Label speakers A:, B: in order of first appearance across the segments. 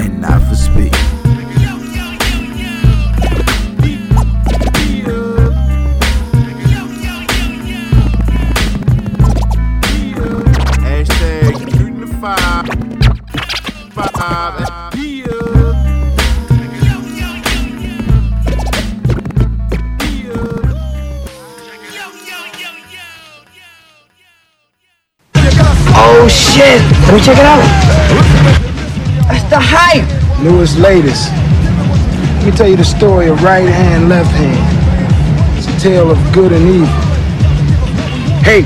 A: and not for speed.
B: Hashtag shooting the five. Five. Yeah.
C: Oh shit! Let me check it out. That's the hype.
D: Newest, latest. Let me tell you the story of right hand, left hand. It's a tale of good and evil. Hey,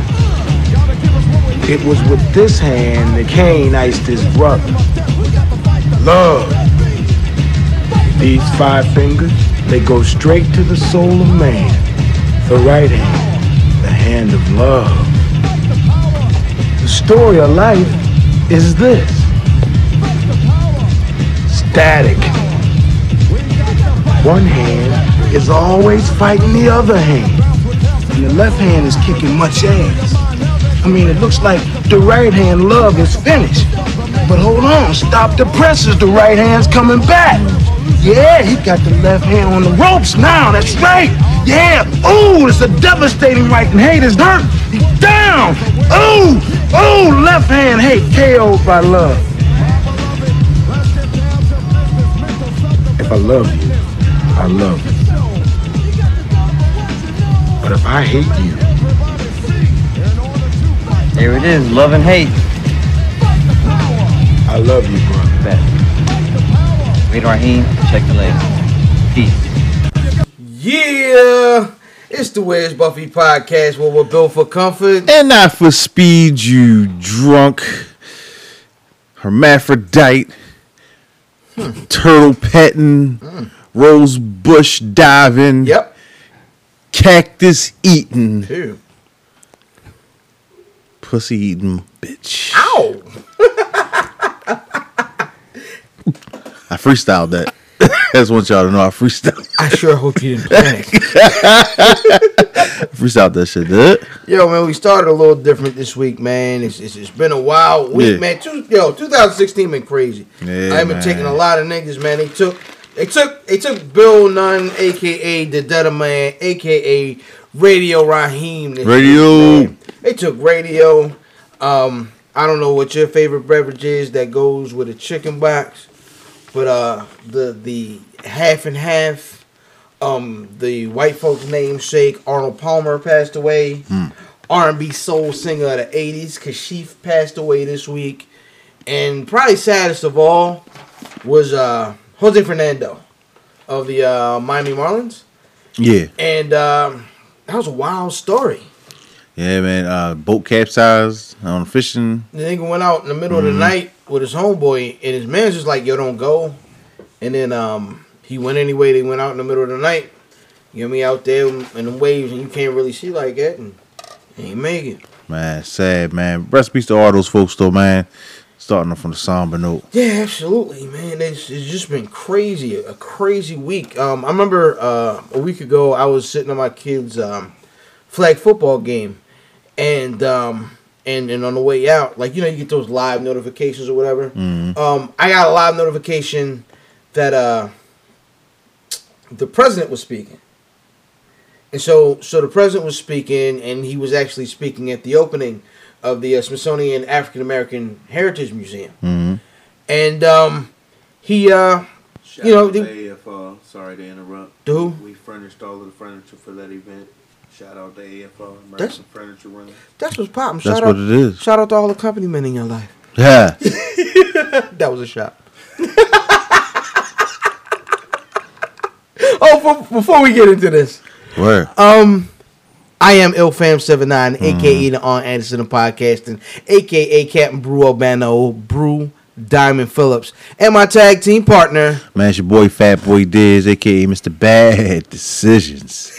D: it was with this hand that Cain iced his brother. Love. These five fingers, they go straight to the soul of man. The right hand, the hand of love. The story of life is this. Static. One hand is always fighting the other hand. And the left hand is kicking much ass. I mean, it looks like the right hand love is finished. But hold on, stop the presses. The right hand's coming back. Yeah, he got the left hand on the ropes now. That's right. Yeah. Ooh, it's a devastating right and hate is hurt. He's down. Ooh, ooh, left hand hate KO'd by love. If I love you, I love you. But if I hate you,
C: There it is, love and hate.
D: I love you, brother.
C: Bet. Wait, Raheem, check the latest. Peace.
A: Yeah, it's the Where's Buffy podcast, where we're built for comfort.
E: And not for speed, you drunk, hermaphrodite, turtle petting, rose bush diving,
A: Yep.
E: cactus eating,
A: Ew.
E: pussy eating bitch.
A: Ow!
E: I freestyled that. That's want y'all to know I freestyled,
A: I sure hope you didn't panic.
E: freestyled that shit. Dude.
A: yo, man, we started a little different this week, man. It's, it's, it's been a wild week,
E: Yeah.
A: man. Two, yo, 2016 been crazy.
E: Yeah,
A: I've been
E: man.
A: taking a lot of niggas, man. They took, they took, they took Bill Nunn, aka the Detta Man, aka Radio Raheem. this
E: Radio.
A: week, man. They took Radio. Um, I don't know what your favorite beverage is that goes with a chicken box, but uh, the the half and half. Um, the white folks' namesake Arnold Palmer passed away. R&B soul singer of the '80s, Kashif passed away this week, and probably saddest of all was uh, Jose Fernando of the uh, Miami Marlins,
E: Yeah,
A: and um, that was a wild story.
E: yeah, man. Uh, boat capsized on fishing.
A: The nigga went out in the middle of the night with his homeboy, and his man's just like, "Yo, don't go." And then um, he went anyway. They went out in the middle of the night. You know me out there in the waves, and you can't really see like that, and and he make it.
E: Man, sad man. Rest in peace to all those folks though, man. Starting off on the somber note.
A: Yeah, absolutely, man. It's, it's just been crazy, a crazy week. Um, I remember uh, a week ago, I was sitting at my kids' um, flag football game, and um, and and on the way out, like you know, you get those live notifications or whatever. Um, I got a live notification that uh, the president was speaking, and so so the president was speaking, and he was actually speaking at the opening of the uh, Smithsonian African American Heritage Museum and um, he uh,
F: Shout
A: You know,
F: out
A: the-
F: to AFL. Oh, Sorry to interrupt.
A: To who?
F: We furnished all of the furniture for that event. Shout out to AFL.
A: That's-
F: American Furniture Room.
A: that's what's popping.
E: That's
A: Shout
E: what
A: out,
E: it is.
A: shout out to all the accompaniment in your life.
E: Yeah.
A: That was a shot. oh, for, before we get into this,
E: Where?
A: um, I am
E: Mm-hmm.
A: Ilfam79, aka the On Anderson of Podcasting, aka Captain Brew Albano, Brew Diamond Phillips, and my tag team partner.
E: Man, it's your boy Fat Boy Diz, aka Mr. Bad Decisions.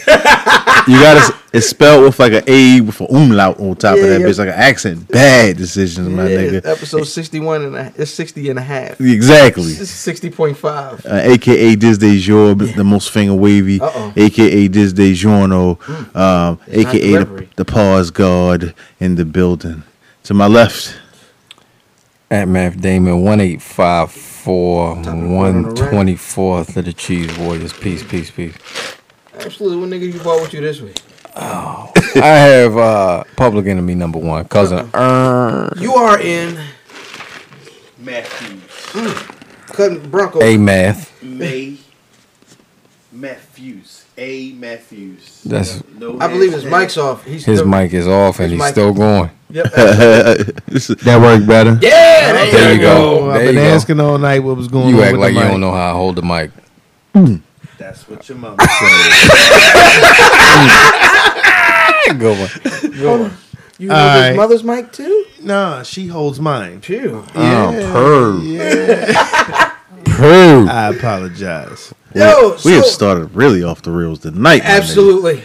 E: you gotta s- it's spelled with like an A with an umlaut on top
A: Yeah,
E: of that
A: yeah.
E: bitch, like an accent. Bad decisions, my
A: Yeah,
E: nigga.
A: Episode 61 and a, it's 60 and a half.
E: Exactly.
A: It's 60.5.
E: Uh, AKA Diz de Jour, the most finger wavy.
A: Uh-oh.
E: AKA Diz de Giorno. Um,
A: It's not
E: AKA the,
A: delivery.
E: the pause guard in the building. To my left,
G: At Math Damon, 1854,
A: on the right.
G: 124th of the Cheese Warriors. Peace, peace, peace.
A: Absolutely. What nigga you bought with you this week?
G: I have uh, Public Enemy number one, Cousin Earn,
A: You are in
F: Matthews.
A: Mm. Cutting Bronco.
G: A Math.
F: May
A: E
F: Matthews. A Matthews.
G: That's
F: No
A: I believe his
F: hashtag.
A: mic's off. He's
G: His
A: still-
G: mic is off and
A: His
G: he's
A: mic
G: still
A: is-
G: going.
A: Yep.
E: that worked better.
A: Yeah, there,
G: There
A: you
G: you
A: go.
G: go. There
E: I've been
G: you go.
E: asking all night what was going
G: You
E: on.
G: act
E: with
G: like
E: the
G: you
E: mic.
G: don't know how to hold the mic.
F: That's what your mama said.
G: Good one.
A: You know
E: All
A: his
E: right.
A: mother's mic too?
E: Nah, she holds mine.
A: Phew.
E: Um,
G: Oh,
E: Yeah.
G: purr. Purr.
E: I apologize.
A: Yo,
E: we have
A: so-
E: started really off the rails tonight. my nigga.
A: Absolutely.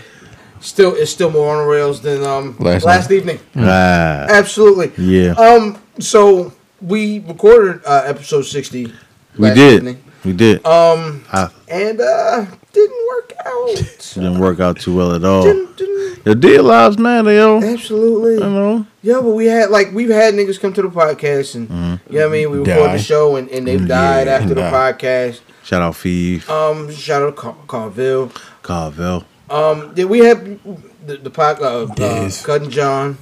A: Still, it's still more on the rails than um last,
G: Last
A: evening.
E: Ah,
A: Absolutely.
E: yeah.
A: Um. So we recorded uh, episode sixty.
E: we
A: last
E: did.
A: evening,
E: We did.
A: Um.
E: Ah.
A: And uh, didn't work out.
E: didn't work out too well at all.
A: didn't, didn't.
E: The dead lives matter, yo. You
A: Absolutely.
E: know.
A: Yeah, but we had like we've had niggas come to the podcast and you know what I mean. We recorded
G: Die.
A: the show and, and they've died
G: Yeah,
A: after the
G: nah.
A: podcast.
E: Shout out Feeve,
A: Um, shout out to Car- Carville.
E: Carvel.
A: Um, did we have the the pod, uh, uh,
G: Yes.
A: Cut and John?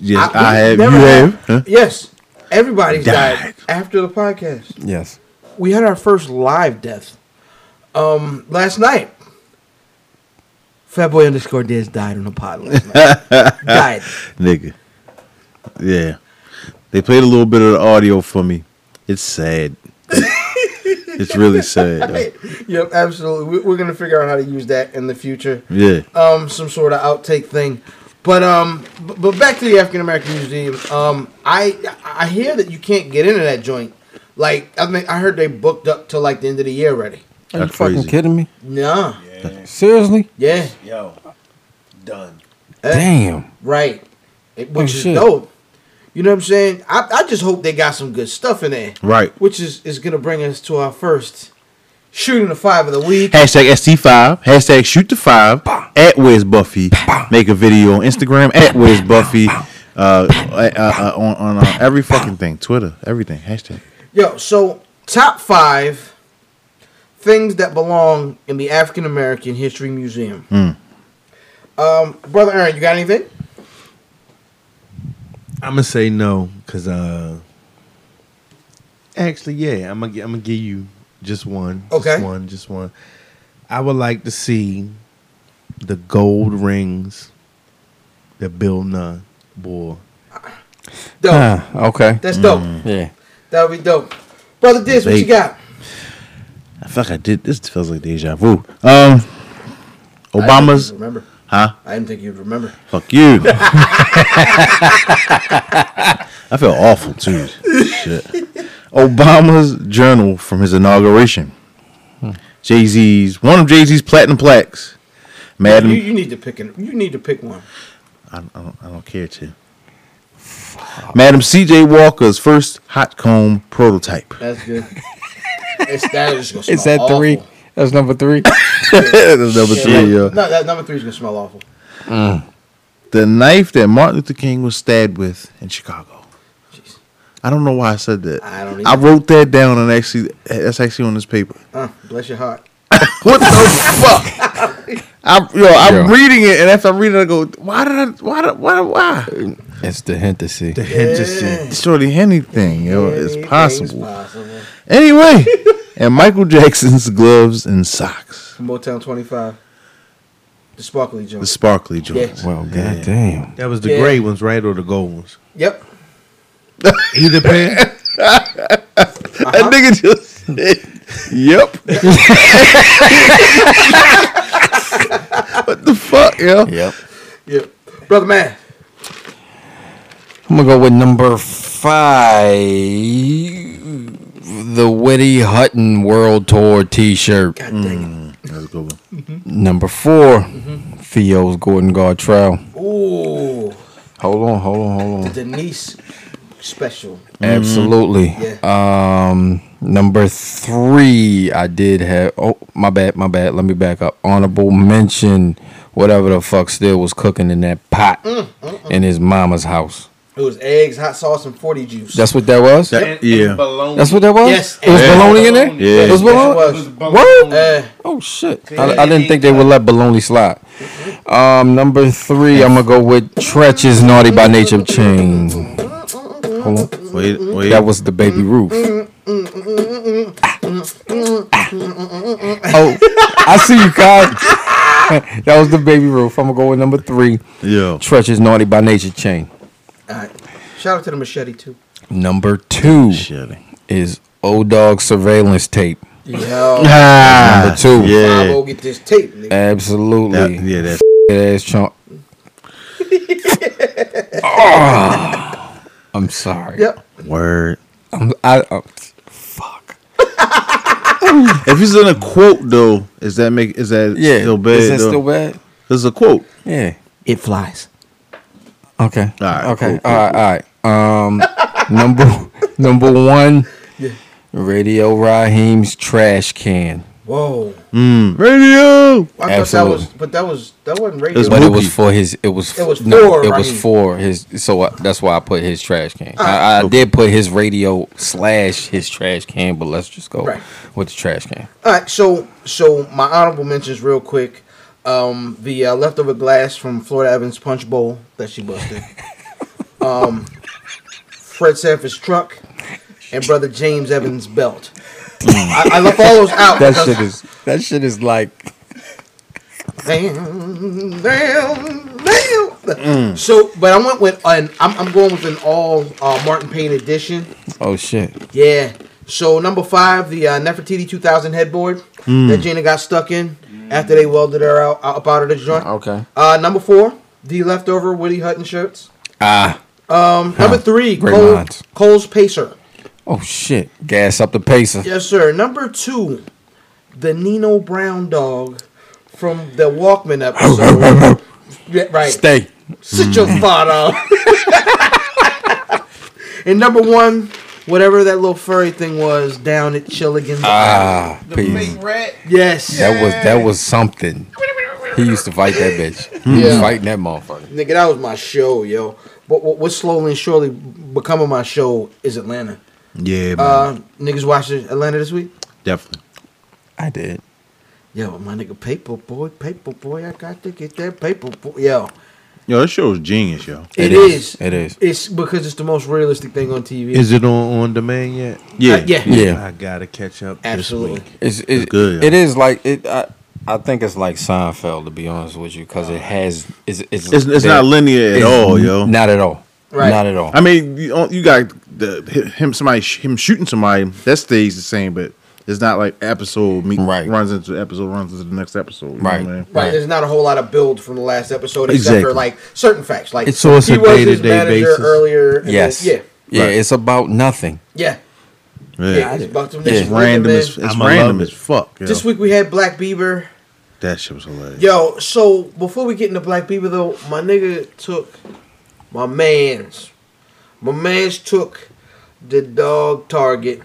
E: Yes, I,
A: I- we
E: have. You
A: never had-
E: have. Huh?
A: Yes, everybody's died.
E: Died.
A: after the podcast.
G: Yes.
A: We had our first live death um, last night. Fatboy underscore Diz died on the pod last night. died.
E: Nigga. Yeah. They played a little bit of the audio for me. It's sad. it's really sad. though.
A: Yep, absolutely. We, we're gonna figure out how to use that in the future.
E: Yeah.
A: Um, some sort of outtake thing. But um, b- but back to the African American Museum. Um, I I hear that you can't get into that joint. Like I mean, I heard they booked up till like the end of the year already.
G: Are you
E: That's
G: fucking
E: crazy.
G: kidding me?
A: Nah.
F: Yeah.
G: Seriously?
A: Yeah.
F: Yo. Done.
A: Eh.
G: Damn.
A: Right. It-
G: Oh,
A: which is
G: shit.
A: dope. You know what I'm saying? I, I just hope they got some good stuff in there.
E: Right.
A: Which is, is gonna bring us to our first shooting the five of the week.
E: Hashtag ST5. Hashtag shoot the five. At Wiz Buffy. Make a video on Instagram. At Wiz Buffy. Uh, uh, uh, uh, on on uh, every fucking thing. Twitter. Everything. Hashtag.
A: Yo, so top five things that belong in the African American History Museum.
G: Hmm.
A: Um, brother Aaron, you got anything?
E: I'm going to say no.
H: Cause uh, actually, yeah, I'm gonna gi- I'm gonna give you just one.
A: Okay.
H: Just one. Just one. I would like to see the gold rings that Bill Nunn wore.
A: Dope.
G: Ah, okay.
A: That's dope.
G: Yeah.
A: That'll be dope. Brother Diz, what you
E: Big.
A: got?
E: I feel like I did. This feels like deja vu. Um, Obama's.
A: I didn't remember.
E: Huh?
A: I didn't think you'd remember.
E: Fuck you. I feel awful too. Shit. Obama's journal from his inauguration. Jay Z's one of Jay Z's platinum plaques.
A: You,
E: Madam,
A: you need to pick an, you need to pick one.
E: I, I, don't, I don't care to. Madam C.J. Walker's first hot comb prototype.
A: That's good. it's that is gonna smell
G: Is that
A: awful.
G: three? That's number three.
E: That's number three,
A: no,
E: yo.
A: that number three's gonna smell awful.
E: The knife that Martin Luther King was stabbed with in Chicago.
A: Jeez.
E: I don't know why I said that.
A: I don't
E: I
A: even.
E: wrote that down and actually that's actually on this paper.
A: Uh, bless your heart.
E: What the fuck? I, yo, I'm
G: Yo.
E: reading it and after I read it, I go, why did I? Why? Did, why? Why?
G: It's the Hennessy.
H: The Henderson.
E: It's Shorty anything, yo. It's
A: Anything's
E: possible.
A: possible.
E: Anyway, and Michael Jackson's gloves and socks,
A: Motown 25. The sparkly
E: the
A: joint.
E: sparkly joints.
G: Well, goddamn.
H: That was the
A: Yeah.
H: gray ones, right, or the gold ones?
A: Yep.
H: Either pair.
E: That nigga just, said, yep. what the fuck, yo?
G: Yep.
A: Yep. Brother Man.
G: I'm gonna go with number f- five, the Witty Hutton World Tour T-shirt.
A: God dang
E: That's a good one.
G: Number 4 Theo's Gordon Gartrell.
A: it. Ooh,
G: Hold on, hold on, hold on.
A: the Denise special.
G: Mm-hmm. Absolutely. Um, number three, I did have. Oh, my bad, my bad. Let me back up. Honorable mention, whatever the fuck still was cooking in that pot in his mama's house.
A: It was eggs, hot sauce, and forty juice.
G: That's what that was.
E: That- yeah.
G: That's what that was.
A: Yes.
G: It was
E: Yeah.
G: bologna in there.
E: Yeah.
G: It was bologna.
A: Yes, it was.
G: What?
A: Uh,
G: Oh shit! I, I didn't think they would let Bologna slide. Um, number three, I'm gonna go with Tretch's Naughty by Nature chain. Hold on.
E: Wait, wait.
G: That was the baby roof. Ah. oh, I see you, Kyle. that was the baby roof. I'm gonna go with number three.
E: Yo.
G: Treacherous Naughty by Nature Chain.
A: alright. Shout out to the machete too.
G: Number two
E: Shitty.
G: is Old Dog Surveillance Tape.
A: Yo,
E: Ah,
G: Number two.
A: I
E: Yeah.
A: go get this tape. Nigga.
E: That,
G: Absolutely.
E: yeah, that.
G: That ass chunk. Ah, I'm sorry.
A: Yep.
E: Word.
G: I'm, I, I'm, fuck.
E: If he's in a quote though, is that make is that
G: Yeah.
E: still bad?
G: Is that
E: though?
G: still bad?
E: This is a quote.
G: Yeah.
A: It flies.
G: Okay.
E: All right,
G: Okay.
E: cool, cool,
G: all right. All right. Um, number number one, Radio Raheem's trash can,
A: Whoa.
E: Mm. Radio.
A: I
G: Absolutely.
A: thought that was, but that was that wasn't radio.
E: It was
G: but it
E: Mookie.
G: was for his. It was.
A: It was for
G: it
A: Raheem.
G: was for his. So I, that's why I put his trash can. I, I did put his radio slash his trash can, but let's just go
A: Right.
G: with the trash can.
A: All right, so so my honorable mentions real quick. Um, the uh, leftover glass from Florida Evans punch bowl that she busted. um, Fred Sanford's truck, and brother James Evans' belt. I, I left all those out.
G: That
A: because-
G: shit is. That shit is like.
A: Damn, damn,
G: Mm.
A: damn. So, but I went with an. I'm, I'm going with an all uh, Martin Payne edition.
G: Oh shit.
A: Yeah. So number five, the uh, Nefertiti 2000 headboard
G: Hmm.
A: that Gina got stuck in after they welded her out out- up out of the joint.
G: Okay.
A: Uh, number four, the leftover Woody Hutton shirts.
G: Ah.
A: Um, number three,
G: Great
A: Cole,
G: minds.
A: Cole's pacer.
G: Oh shit. Gas up the pacer.
A: Yes, sir. Number two, the Nino Brown dog from the Walkman episode. yeah, right.
G: Stay.
A: Sit
G: Hmm.
A: your fart up. and number one, whatever that little furry thing was down at Chilligan's.
G: Ah. Peace.
F: rat.
A: Yes.
G: That was that was something. He used to fight that bitch. He was
A: Yeah.
G: fighting that motherfucker.
A: Nigga, that was my show, yo. But what- what's slowly and surely becoming my show is Atlanta.
E: Yeah, man.
A: Uh, niggas watching Atlanta this week?
E: definitely.
G: I did.
A: Yo, my nigga, paper boy, paper boy, I got to get that paper boy. Yo,
E: Yo, that show is genius, yo.
A: it is.
G: It is.
A: It's because it's the most realistic thing on TV.
H: Is it on on demand yet?
E: Yeah,
A: Uh, yeah.
G: Yeah.
H: I gotta catch up.
A: Absolutely.
H: This week.
G: It's, it-
E: It's good,
G: It
E: yeah.
G: is like it. I, I think it's like Seinfeld to be honest with you because it has. It's it's,
E: It's, it's not linear at
G: it's
E: all, yo.
G: Not at all.
A: Right.
G: Not at all.
E: I mean, you, don't- you got the him somebody sh- him shooting somebody that stays the same, but it's not like episode meet,
G: Right.
E: runs into episode runs into the next episode. You
G: Right.
E: Know what I mean?
A: Right,
G: Right.
A: there's not a whole lot of build from the last episode, except
E: Exactly.
A: for like certain facts. Like
H: It's- so it's
A: he
H: a
A: was his
H: day-to-day
A: manager
H: basis.
A: earlier. and
G: yes.
A: then-
G: Yeah.
E: Right.
G: It's about nothing.
A: yeah, yeah,
E: Yeah.
A: yeah. It's about them
G: Yeah.
A: next
E: It's random
A: week,
E: as
A: man.
E: it's
H: I'ma
E: random
H: love
E: as
H: it.
E: fuck. Yo.
A: This week we had Black Bieber.
E: that shit was hilarious.
A: Yo, so before we get into Black Bieber though, my nigga took my man's, my man's took the dog target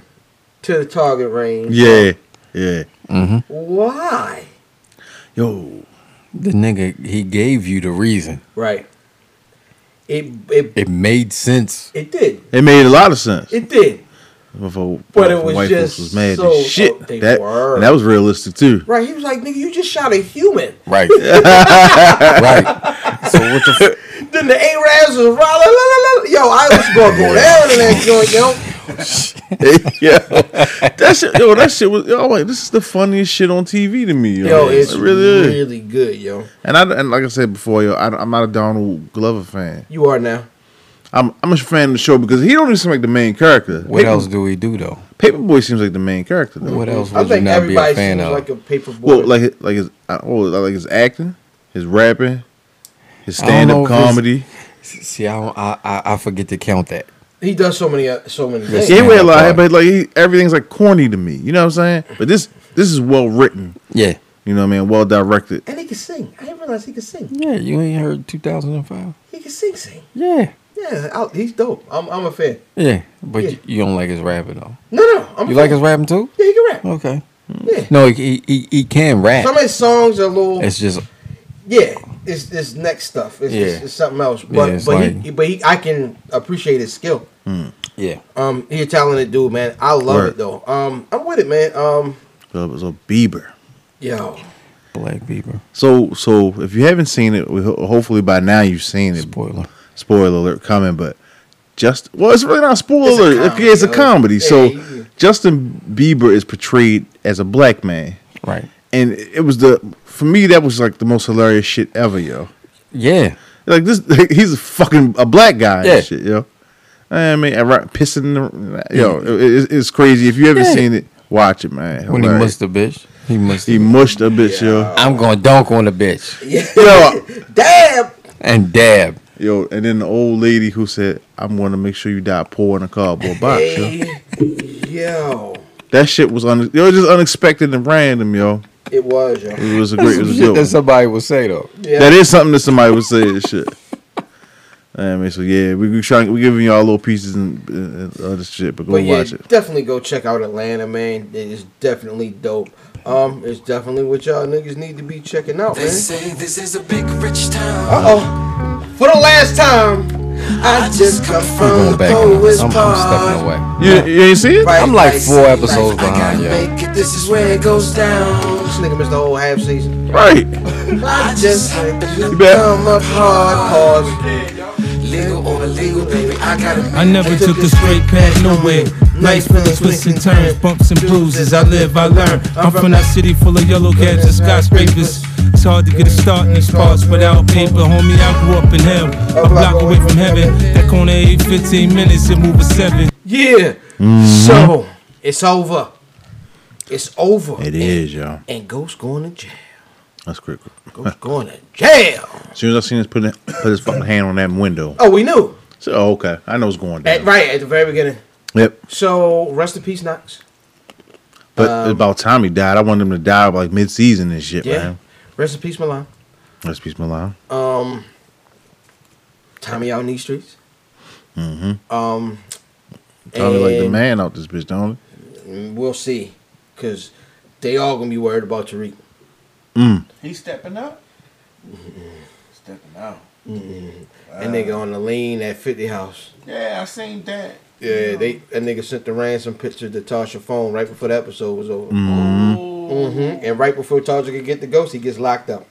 A: to the target range.
E: Yeah, yeah.
A: Why?
E: Yo,
G: The nigga he gave you the reason.
A: Right. It it
G: It made sense.
A: it did
E: it made a lot of sense.
A: it did.
E: But for,
A: But it
E: for
A: was
E: white
A: just
E: folks was mad
A: so-
E: as shit.
A: oh, they
E: that
A: were.
E: and that was realistic too.
A: Right, he was like, nigga, you just shot a human.
G: Right. right. So what the? F-
A: Then the Arabs was rah, la, la, la, la. Yo, I was going to go down in that joint, yo.
E: yeah, that shit. Yo, that shit was. Yo, I'm like, this is the funniest shit on TV to me. Yo,
A: Yo,
E: It
A: it's
E: really is.
A: really good, yo.
E: And I and like I said before, yo, I, am not a Donald Glover fan.
A: You are now.
E: I'm I'm a fan of the show because he don't even seem like the main character.
G: what else do we do though?
E: Paper, Paperboy seems like the main character though.
G: What else
A: I
G: would you
A: think
G: not be a
A: everybody
G: fan
A: seems
G: of?
A: like a paper boy.
E: Well, like like his I- oh, like his acting, his rapping, his
G: I don't
E: stand up
G: know if it's-
E: comedy.
G: See, I, don't, I I I forget to count that.
A: He does so many, uh, so many.
E: Yes,
A: Things.
E: he wear a lot,
G: Right.
E: but like he, everything's like corny to me. You know what I'm saying? But this this is well written.
G: Yeah.
E: You know what I mean? Well directed.
A: And he can sing. I didn't realize he could sing.
G: Yeah, you ain't heard 2005.
A: He can sing, sing.
G: Yeah.
A: Yeah, I, he's dope. I'm, I'm a fan.
G: Yeah, but
A: Yeah.
G: You, you don't like his rapping though.
A: No, no, I'm.
G: You
A: a
G: like
A: fan.
G: his rapping too?
A: Yeah, he can rap.
G: Okay.
A: Yeah.
G: No, he he, he can rap.
A: Some of his songs are a little.
G: It's just
A: yeah, it's it's next stuff. It's, it's,
G: Yeah.
A: it's something else. But
G: Yeah, it's
A: but
G: like-
A: he, but he, I can appreciate his skill.
G: yeah.
A: Um, he's a talented dude, man. I love
E: Word.
A: it though. Um, I'm with it, man. Um,
E: So, so Bieber.
A: yo,
G: Black Bieber.
E: So so if you haven't seen it, we ho- hopefully by now you've seen it.
G: Spoiler.
E: Spoiler alert coming, but just well, it's really not a spoiler.
A: It's a
E: alert.
A: comedy,
E: Okay, it's a
A: yo.
E: comedy.
A: Yeah,
E: so
A: yeah.
E: Justin Bieber is portrayed as a black man,
G: Right.
E: and it was the for me that was like the most hilarious shit ever, yo.
G: Yeah.
E: Like this, he's a fucking a black guy.
G: Yeah.
E: And shit, yo. I mean, I rock, pissing. The, yo, it, it's- it's crazy. If you haven't
G: Yeah.
E: seen it, watch it, man.
G: When he
E: Hilarious.
G: must the bitch. He must
E: he mushed a bitch, yo.
G: I'm going to dunk on the bitch
E: Yo,
A: damn.
G: and dab.
E: yo, and then the old lady who said, "I'm going to make sure you die poor in a cardboard box." Yo.
A: Hey, yo,
E: That shit was un- yo, it was just unexpected and random, yo.
A: it was yo.
E: It was a great, it was a good.
G: Shit
E: one.
G: that somebody would say though.
A: Yeah.
E: That is something that somebody would say. and Shit. I mean, so yeah, we we trying, we giving y'all little pieces and, and other shit, but go
A: But yeah,
E: watch it.
A: definitely go check out Atlanta, man. It is definitely dope. Um, it's definitely what y'all niggas need to be checking out, man.
I: say this is a big rich town.
A: Uh oh. For the last time, I just come
G: I'm
A: from
G: going
A: the
G: back. on
A: poet's
G: this. I'm, I'm stepping
A: part.
G: away.
E: You, you ain't see it?
A: Right,
G: I'm like
A: right,
G: four
A: right.
G: episodes behind,
I: I
G: yo.
I: gotta make it, this is where it goes down.
A: This nigga missed the whole half season.
E: Right.
A: I just like to
E: bet.
A: come up hard, cause
I: Legal or illegal, baby, I gotta make
J: I never took the straight path nowhere. Life's full of twists and turns, bumps and bruises. I live, I learn. I'm from that city full of yellow cabs and skyscrapers. It's hard to get a start in these parts without paper, homie. I grew up in hell, a block away from heaven. That corner eight, 15 minutes and move a seven.
A: yeah. So it's over. It's over.
E: It is, yo.
A: And Ghost going to jail.
E: That's critical.
A: Ghost going to jail.
E: As soon as I seen this, put it, put his fucking hand on that window.
A: Oh, we knew.
E: So oh, okay, I know what's going down.
A: At, right at the very beginning.
E: Yep.
A: So rest in peace, Knox.
E: But about time he died. I wanted him to die like mid season and shit,
A: Um, Yeah.
E: man.
A: Rest in peace, Milan.
E: Rest in peace, Milan.
A: Um, Tommy out in these streets. Mm-hmm. Um,
E: Probably like the
A: and
E: man out this bitch, don't it?
A: We'll see, cause they all gonna be worried about Tariq.
F: He's stepping up. Stepping out.
A: That nigga on the lane at Fifty House.
F: Yeah, I seen that.
A: Yeah, they that nigga sent the ransom picture to Tasha phone right before the episode was over. Mhm. And right before Tasha could get the ghost, he gets locked up.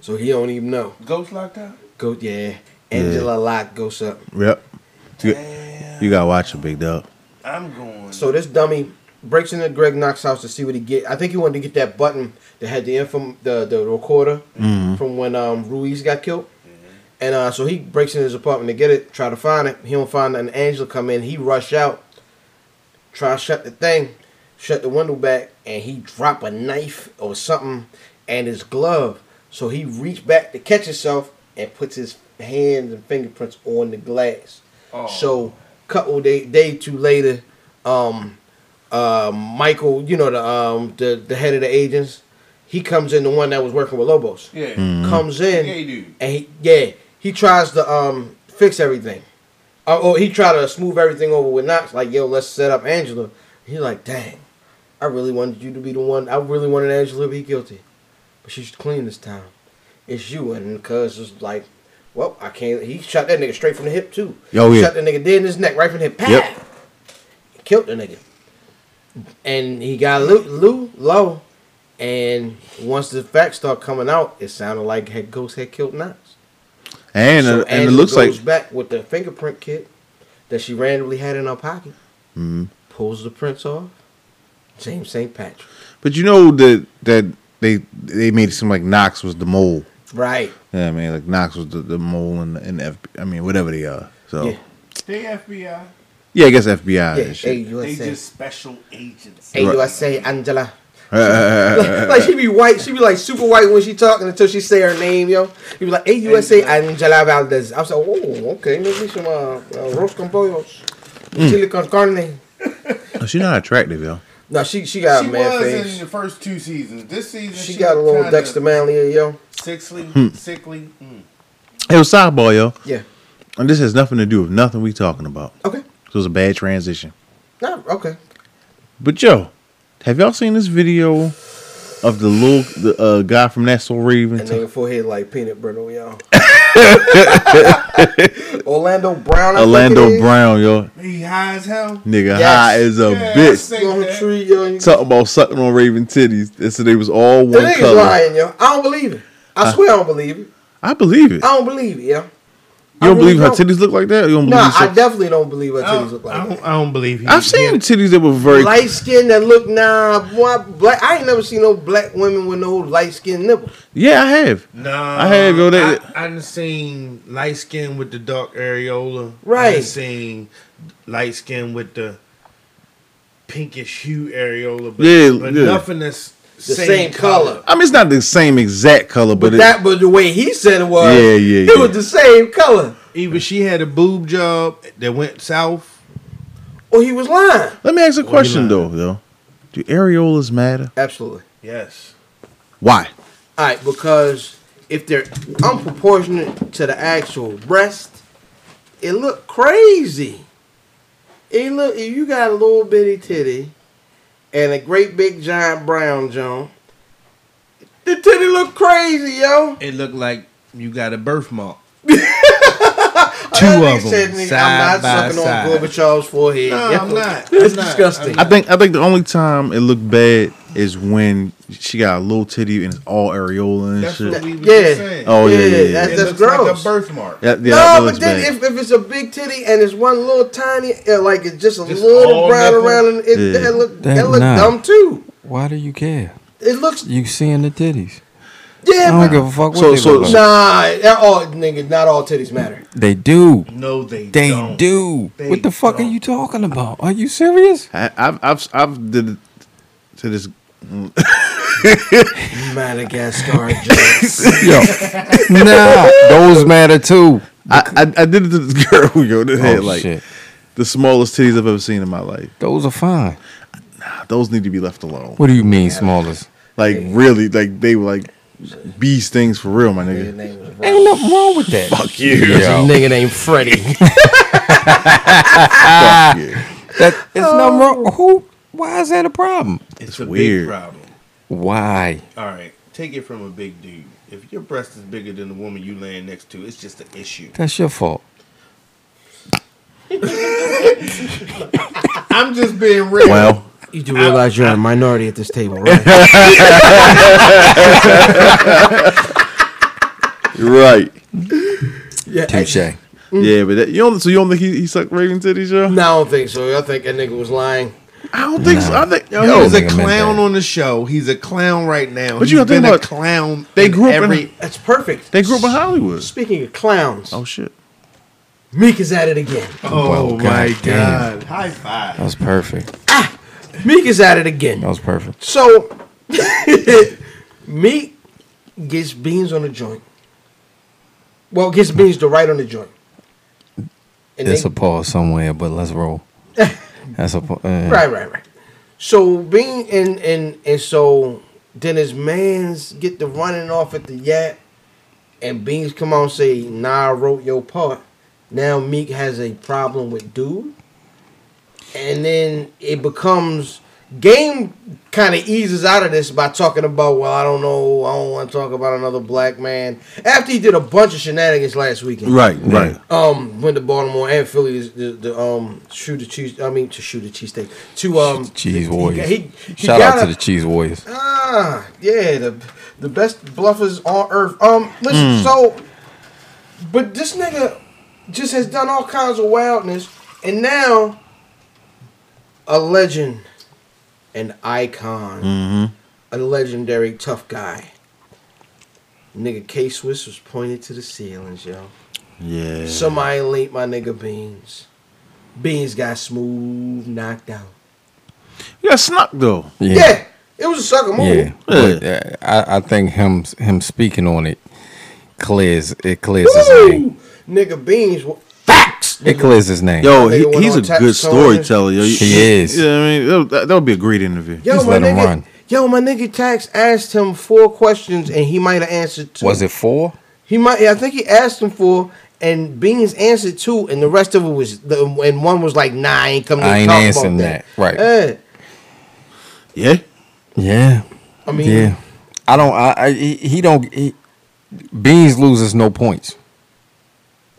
A: So he don't even know.
F: Ghost locked out.
A: Go yeah. Angela locked ghost up.
E: Yep. You, you gotta watch it, big dog.
F: I'm going.
A: So this dummy breaks into Greg Knox's house to see what he get. I think he wanted to get that button that had the infam the the recorder from when um, Ruiz got killed. And uh, so he breaks into his apartment to get it, try to find it. He don't find it, and Angela come in. He rush out, try to shut the thing, shut the window back, and he drop a knife or something and his glove. So he reached back to catch himself and puts his hands and fingerprints on the glass. So couple day day two later, um, uh, Michael, you know the um the the head of the agents, he comes in the one that was working with Lobos
F: yeah.
A: comes
F: Yeah, he
A: in
F: do.
A: and he, yeah, he tries to um fix everything. Uh, or he tried to smooth everything over with Knox, like, yo, let's set up Angela. He's like, dang, I really wanted you to be the one. I really wanted Angela to be guilty. But she's clean this time. It's you. And cuz was like, well, I can't. He shot that nigga straight from the hip, too.
E: Yo, yeah.
A: Shot that nigga dead in his neck, right from the hip. Pow!
E: Yep.
A: Killed the nigga. And he got Lou, Lou low. And once the facts start coming out, it sounded like had Ghost had killed Knox.
E: And
A: So
E: uh, and it
A: Angela
E: looks like
A: goes back with the fingerprint kit that she randomly had in her pocket.
E: Mm-hmm.
A: Pulls the prints off. James St. Patrick.
E: But you know that that they they made it seem like Knox was the mole.
A: Right.
E: Yeah, I mean, like Knox was the, the mole and and FB, I mean, whatever they are. So
A: Yeah.
E: yeah,
F: They FBI.
E: I guess FBI
A: Yeah.
E: and shit.
F: They
A: AUSA.
F: just special agents.
A: AUSA Angela. like she be white, she be like super white when she talking until she say her name, yo. You be like, "Hey, USA Angela Valdez." I was like, "Oh, okay, maybe some uh, uh, roast con pollos,
E: Mm.
A: chili con carne."
E: She's not attractive, yo.
A: No, she she got
K: she
A: a man
K: was
A: face.
K: in the first two seasons. This season
A: She got a little
K: kinda
A: Dexter Manley, yo.
K: Sickly,
E: Hmm.
K: sickly. Mm.
E: It was sidebar, yo.
A: Yeah.
E: And this has nothing to do with nothing we talking about.
A: Okay.
E: So it was a bad transition.
A: No, okay.
E: But yo, have y'all seen this video of the little the uh, guy from That Soul Raven?
A: That nigga forehead like peanut brittle, yo. Orlando Brown. I think it
E: Orlando
A: is.
E: Brown, yo.
K: He high as hell.
E: Nigga high as a bitch.
A: You on the tree, yo. You-
E: Talking about sucking on Raven titties. And so they was all
A: The
E: one
A: nigga's
E: color.
A: lying, yo. I don't believe it. I
E: I-
A: swear I don't believe it.
E: I believe it.
A: I don't believe it, yo.
E: you don't
A: really
E: believe her
A: don't.
E: titties look like that? You don't
A: Nah,
E: believe
A: I
E: so-
A: definitely don't believe her titties look like
H: I don't believe he.
E: I've seen titties that were very
A: that. Light skin that look nah boy, black. I ain't never seen no black women with no light skin nipple.
E: Yeah, I have.
H: Nah,
E: I have yo that
H: I, I done seen light skin with the dark areola. I done
A: Right.
H: seen light skin with the pinkish hue areola. But,
E: Yeah,
H: but
E: yeah.
H: nothing that's
A: The same color.
E: I mean it's not the same exact color, but,
A: But
E: it,
A: that was the way he said it was.
E: Yeah, yeah,
A: It
E: yeah.
A: was the same color.
H: Either she had a boob job that went south.
A: Or he was lying.
E: let me ask a question though, though. Do areolas matter?
A: Absolutely.
H: Yes.
E: Why?
A: All right, because if they're unproportionate to the actual breast, it look crazy. It look if you got a little bitty titty and a great big giant brown joint, the titty look crazy, yo.
H: It looked like you got a birthmark.
A: Two
H: of 'em,
A: I'm
H: side by
A: not sucking on
H: side."
A: Gorbachev's forehead.
H: No,
A: yo.
H: I'm not.
A: That's
H: I'm not.
A: disgusting.
E: I think I think the only time it looked bad is when she got a little titty and it's all areola and
K: That's
E: shit.
K: what we was
A: Yeah.
K: just saying.
E: Oh, yeah, yeah, yeah.
A: That's,
K: It
A: that's
K: looks like
A: gross.
K: a birthmark.
E: Yeah, yeah, that
A: no,
E: looks
A: but then
E: bad.
A: if, if it's a big titty and it's one little tiny, uh, like it's just a
H: Just
A: little
H: all
A: brown
H: nipple?
A: around, and it,
E: Yeah.
A: that look that,
G: That
A: look
G: nah.
A: dumb too.
G: Why do you care?
A: It looks
G: You seeing the titties? I
A: yeah,
G: don't
A: but
G: give a fuck what
E: So-
G: they
E: so-
G: look like.
A: nah, that all nigga, not all titties matter.
G: They do.
H: No, they,
G: They
H: don't.
G: do.
H: They
G: what the fuck are
H: don't.
G: you talking about? Are you serious?
E: I, I've I've I've did it to this.
A: Madagascar jokes.
G: Yo, nah, those matter too.
E: I, I I did it to this girl yo that had
G: Oh,
E: like
G: shit.
E: the smallest titties I've ever seen in my life.
G: Those are fine.
E: Those need to be left alone.
G: What do you mean, smallest?
E: Like really, like they were like beast things for real, my nigga.
G: Ain't nothing wrong with that.
E: Fuck you.
G: Yo,
A: nigga named Freddie.
E: Fuck you.
G: that, it's nothing
A: Oh.
G: wrong. Who? Why is that a problem?
H: It's a big
E: weird.
H: problem.
G: Why?
H: All right, take it from a big dude. If your breast is bigger than the woman you laying next to, it's just an issue.
G: That's your fault.
K: I'm just being real.
E: Well,
A: You do realize you're a minority at this table, right?
E: you're right.
A: yeah,
G: Touche.
E: Yeah, but that, you don't. So you don't think he, he sucked Raven titties, yo?
A: No, I don't think so. I think that nigga was lying.
E: I don't think so. I think
H: Yo,
E: yo,
H: he was a
G: nigga meant
H: clown
G: that.
H: on the show. He's a clown right now.
E: But
H: But
E: you
H: you
E: gotta think
H: been a
E: about-
H: clown.
E: they
H: in
E: grew up in
H: every.
A: That's perfect.
E: they grew up in Hollywood.
A: Speaking of clowns,
E: Oh shit.
A: Meek is at it again.
H: oh
G: Well,
H: my
G: God damn.
H: god! High five.
G: That was perfect.
A: Meek is at it again.
G: That was perfect.
A: So Meek gets beans on the joint. Well, gets beans to right on the joint. And
G: It's
A: they,
G: a pause somewhere, but let's roll. That's a pa- uh,
A: right, right, right. So Bean and and and so then his man's get the running off at the yap, and Beans come on and say, "Nah, I wrote your part." Now Meek has a problem with dude, and then it becomes game kind of eases out of this by talking about, "Well, I don't know, I don't want to talk about another black man." After he did a bunch of shenanigans last weekend,
E: Right, right.
A: um, went to Baltimore and Philly to, to, to um shoot a cheese. I mean to shoot a cheesesteak. To um
G: Cheese
A: he-
G: Warriors.
A: He, he
G: Shout out
A: got
G: to
A: a-
G: the Cheese Warriors.
A: ah yeah the the best bluffers on earth. Um, listen
G: Mm.
A: so, but this nigga just has done all kinds of wildness, and now a legend, an icon,
G: Mm-hmm.
A: a legendary tough guy. Nigga K Swiss was pointed to the ceilings, yo.
E: Yeah.
A: Somebody linked my nigga Beans. Beans got smooth knocked out.
E: you got snuck though.
A: Yeah. It was a sucker move.
G: Yeah, but, uh, I, I think him him speaking on it clears it clears his
A: Woo!
G: name.
A: Nigga Beans. wa- Facts.
G: It clears his name.
E: Yo,
A: That nigga
E: he,
A: went
E: he's
A: on
E: a
A: Tap
E: good
A: Stone.
E: storyteller. Yo, You-
G: He is.
E: Yeah, I mean, that- that, that would be a great interview.
A: Yo, my nigga. Yo, my nigga Tax asked him four questions and he might have answered two.
G: Was it four?
A: He might. I think he asked him four, and Beans answered two, and the rest of it was. The, and one was like, "Nah, I ain't coming."
G: I
A: to
G: ain't
A: talk
G: answering
A: about
G: that. Right.
A: Eh,
E: Yeah.
G: Yeah.
A: I mean-
G: yeah. I don't. I, I he, he don't. He, Beans loses no points.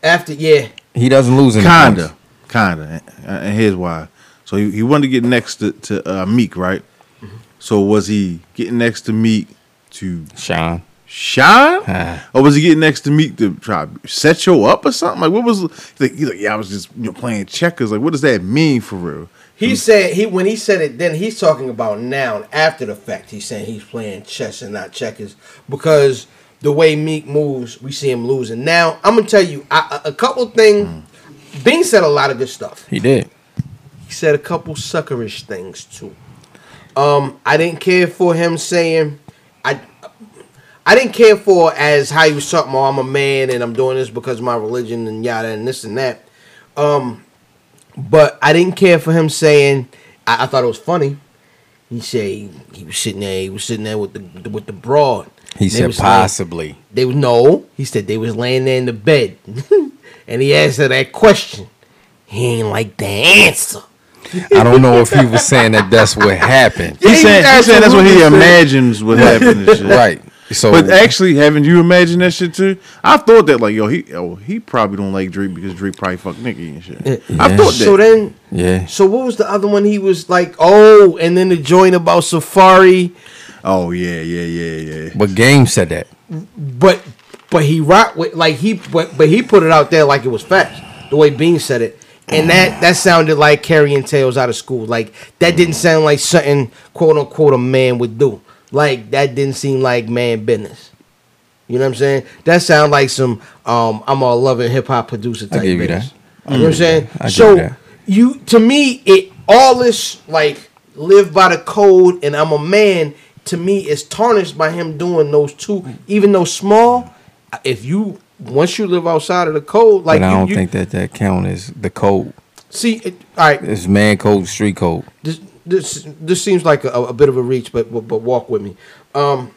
A: after yeah,
G: He doesn't lose any
E: Kinda,
G: points.
E: kinda, and, and here's why. So he, he wanted to get next to, to uh, Meek, right? So was he getting next to Meek to
G: Sean?
E: Shine? or was he getting next to Meek to try to set you up or something? Like what was? He's like, he's like, yeah, I was just you know playing checkers. Like what does that mean for real?
A: He said he when he said it then he's talking about now and after the fact. He's saying he's playing chess and not checkers because the way Meek moves, we see him losing. Now I'm gonna tell you I, a a couple things. Bean said a lot of good stuff.
G: He did.
A: He said a couple suckerish things too. Um, I didn't care for him saying I. I didn't care for as how you was talking. Oh, I'm a man and I'm doing this because of my religion and yada and this and that. Um, but I didn't care for him saying. I, I thought it was funny. He said he, he was sitting there. He was sitting there with the with the broad. And
G: He
A: they
G: said
A: was laying-
G: possibly.
A: they was no. He said they was laying there in the bed, and he asked her that question. He ain't like the answer.
G: I don't know if he was saying that that's what happened.
E: He said, he said that's what he
G: absolutely said.
E: imagines would happen. and shit.
G: Right. So-
E: but actually, haven't you imagined that shit too? I thought that like, yo, he, oh, he probably don't like Drake because Drake probably fuck Nicki and shit. I thought that.
A: So then,
G: Yeah.
A: So what was the other one? He was like, oh, and then the joint about Safari,
E: Oh yeah, yeah, yeah, yeah.
G: But Game said that.
A: but but he rocked with like he but, but he put it out there like it was facts. The way Bean said it, and that that sounded like carrying tales out of school. Like that didn't sound like something quote unquote a man would do. Like that didn't seem like man business. You know what I'm saying? That sound like some um I'm a loving hip hop producer
G: I
A: type.
G: give you
A: business.
G: that. Mm.
A: You know what I'm saying?
G: I give you
A: so
G: that.
A: you to me it all this like live by the code and I'm a man to me is tarnished by him doing those two even though small if you once you live outside of the code like
G: but I
A: you,
G: don't
A: you-
G: think that that count is the code.
A: see it, all right
G: It's man code, street code.
A: this this this seems like a, a bit of a reach, but, but but walk with me. Um,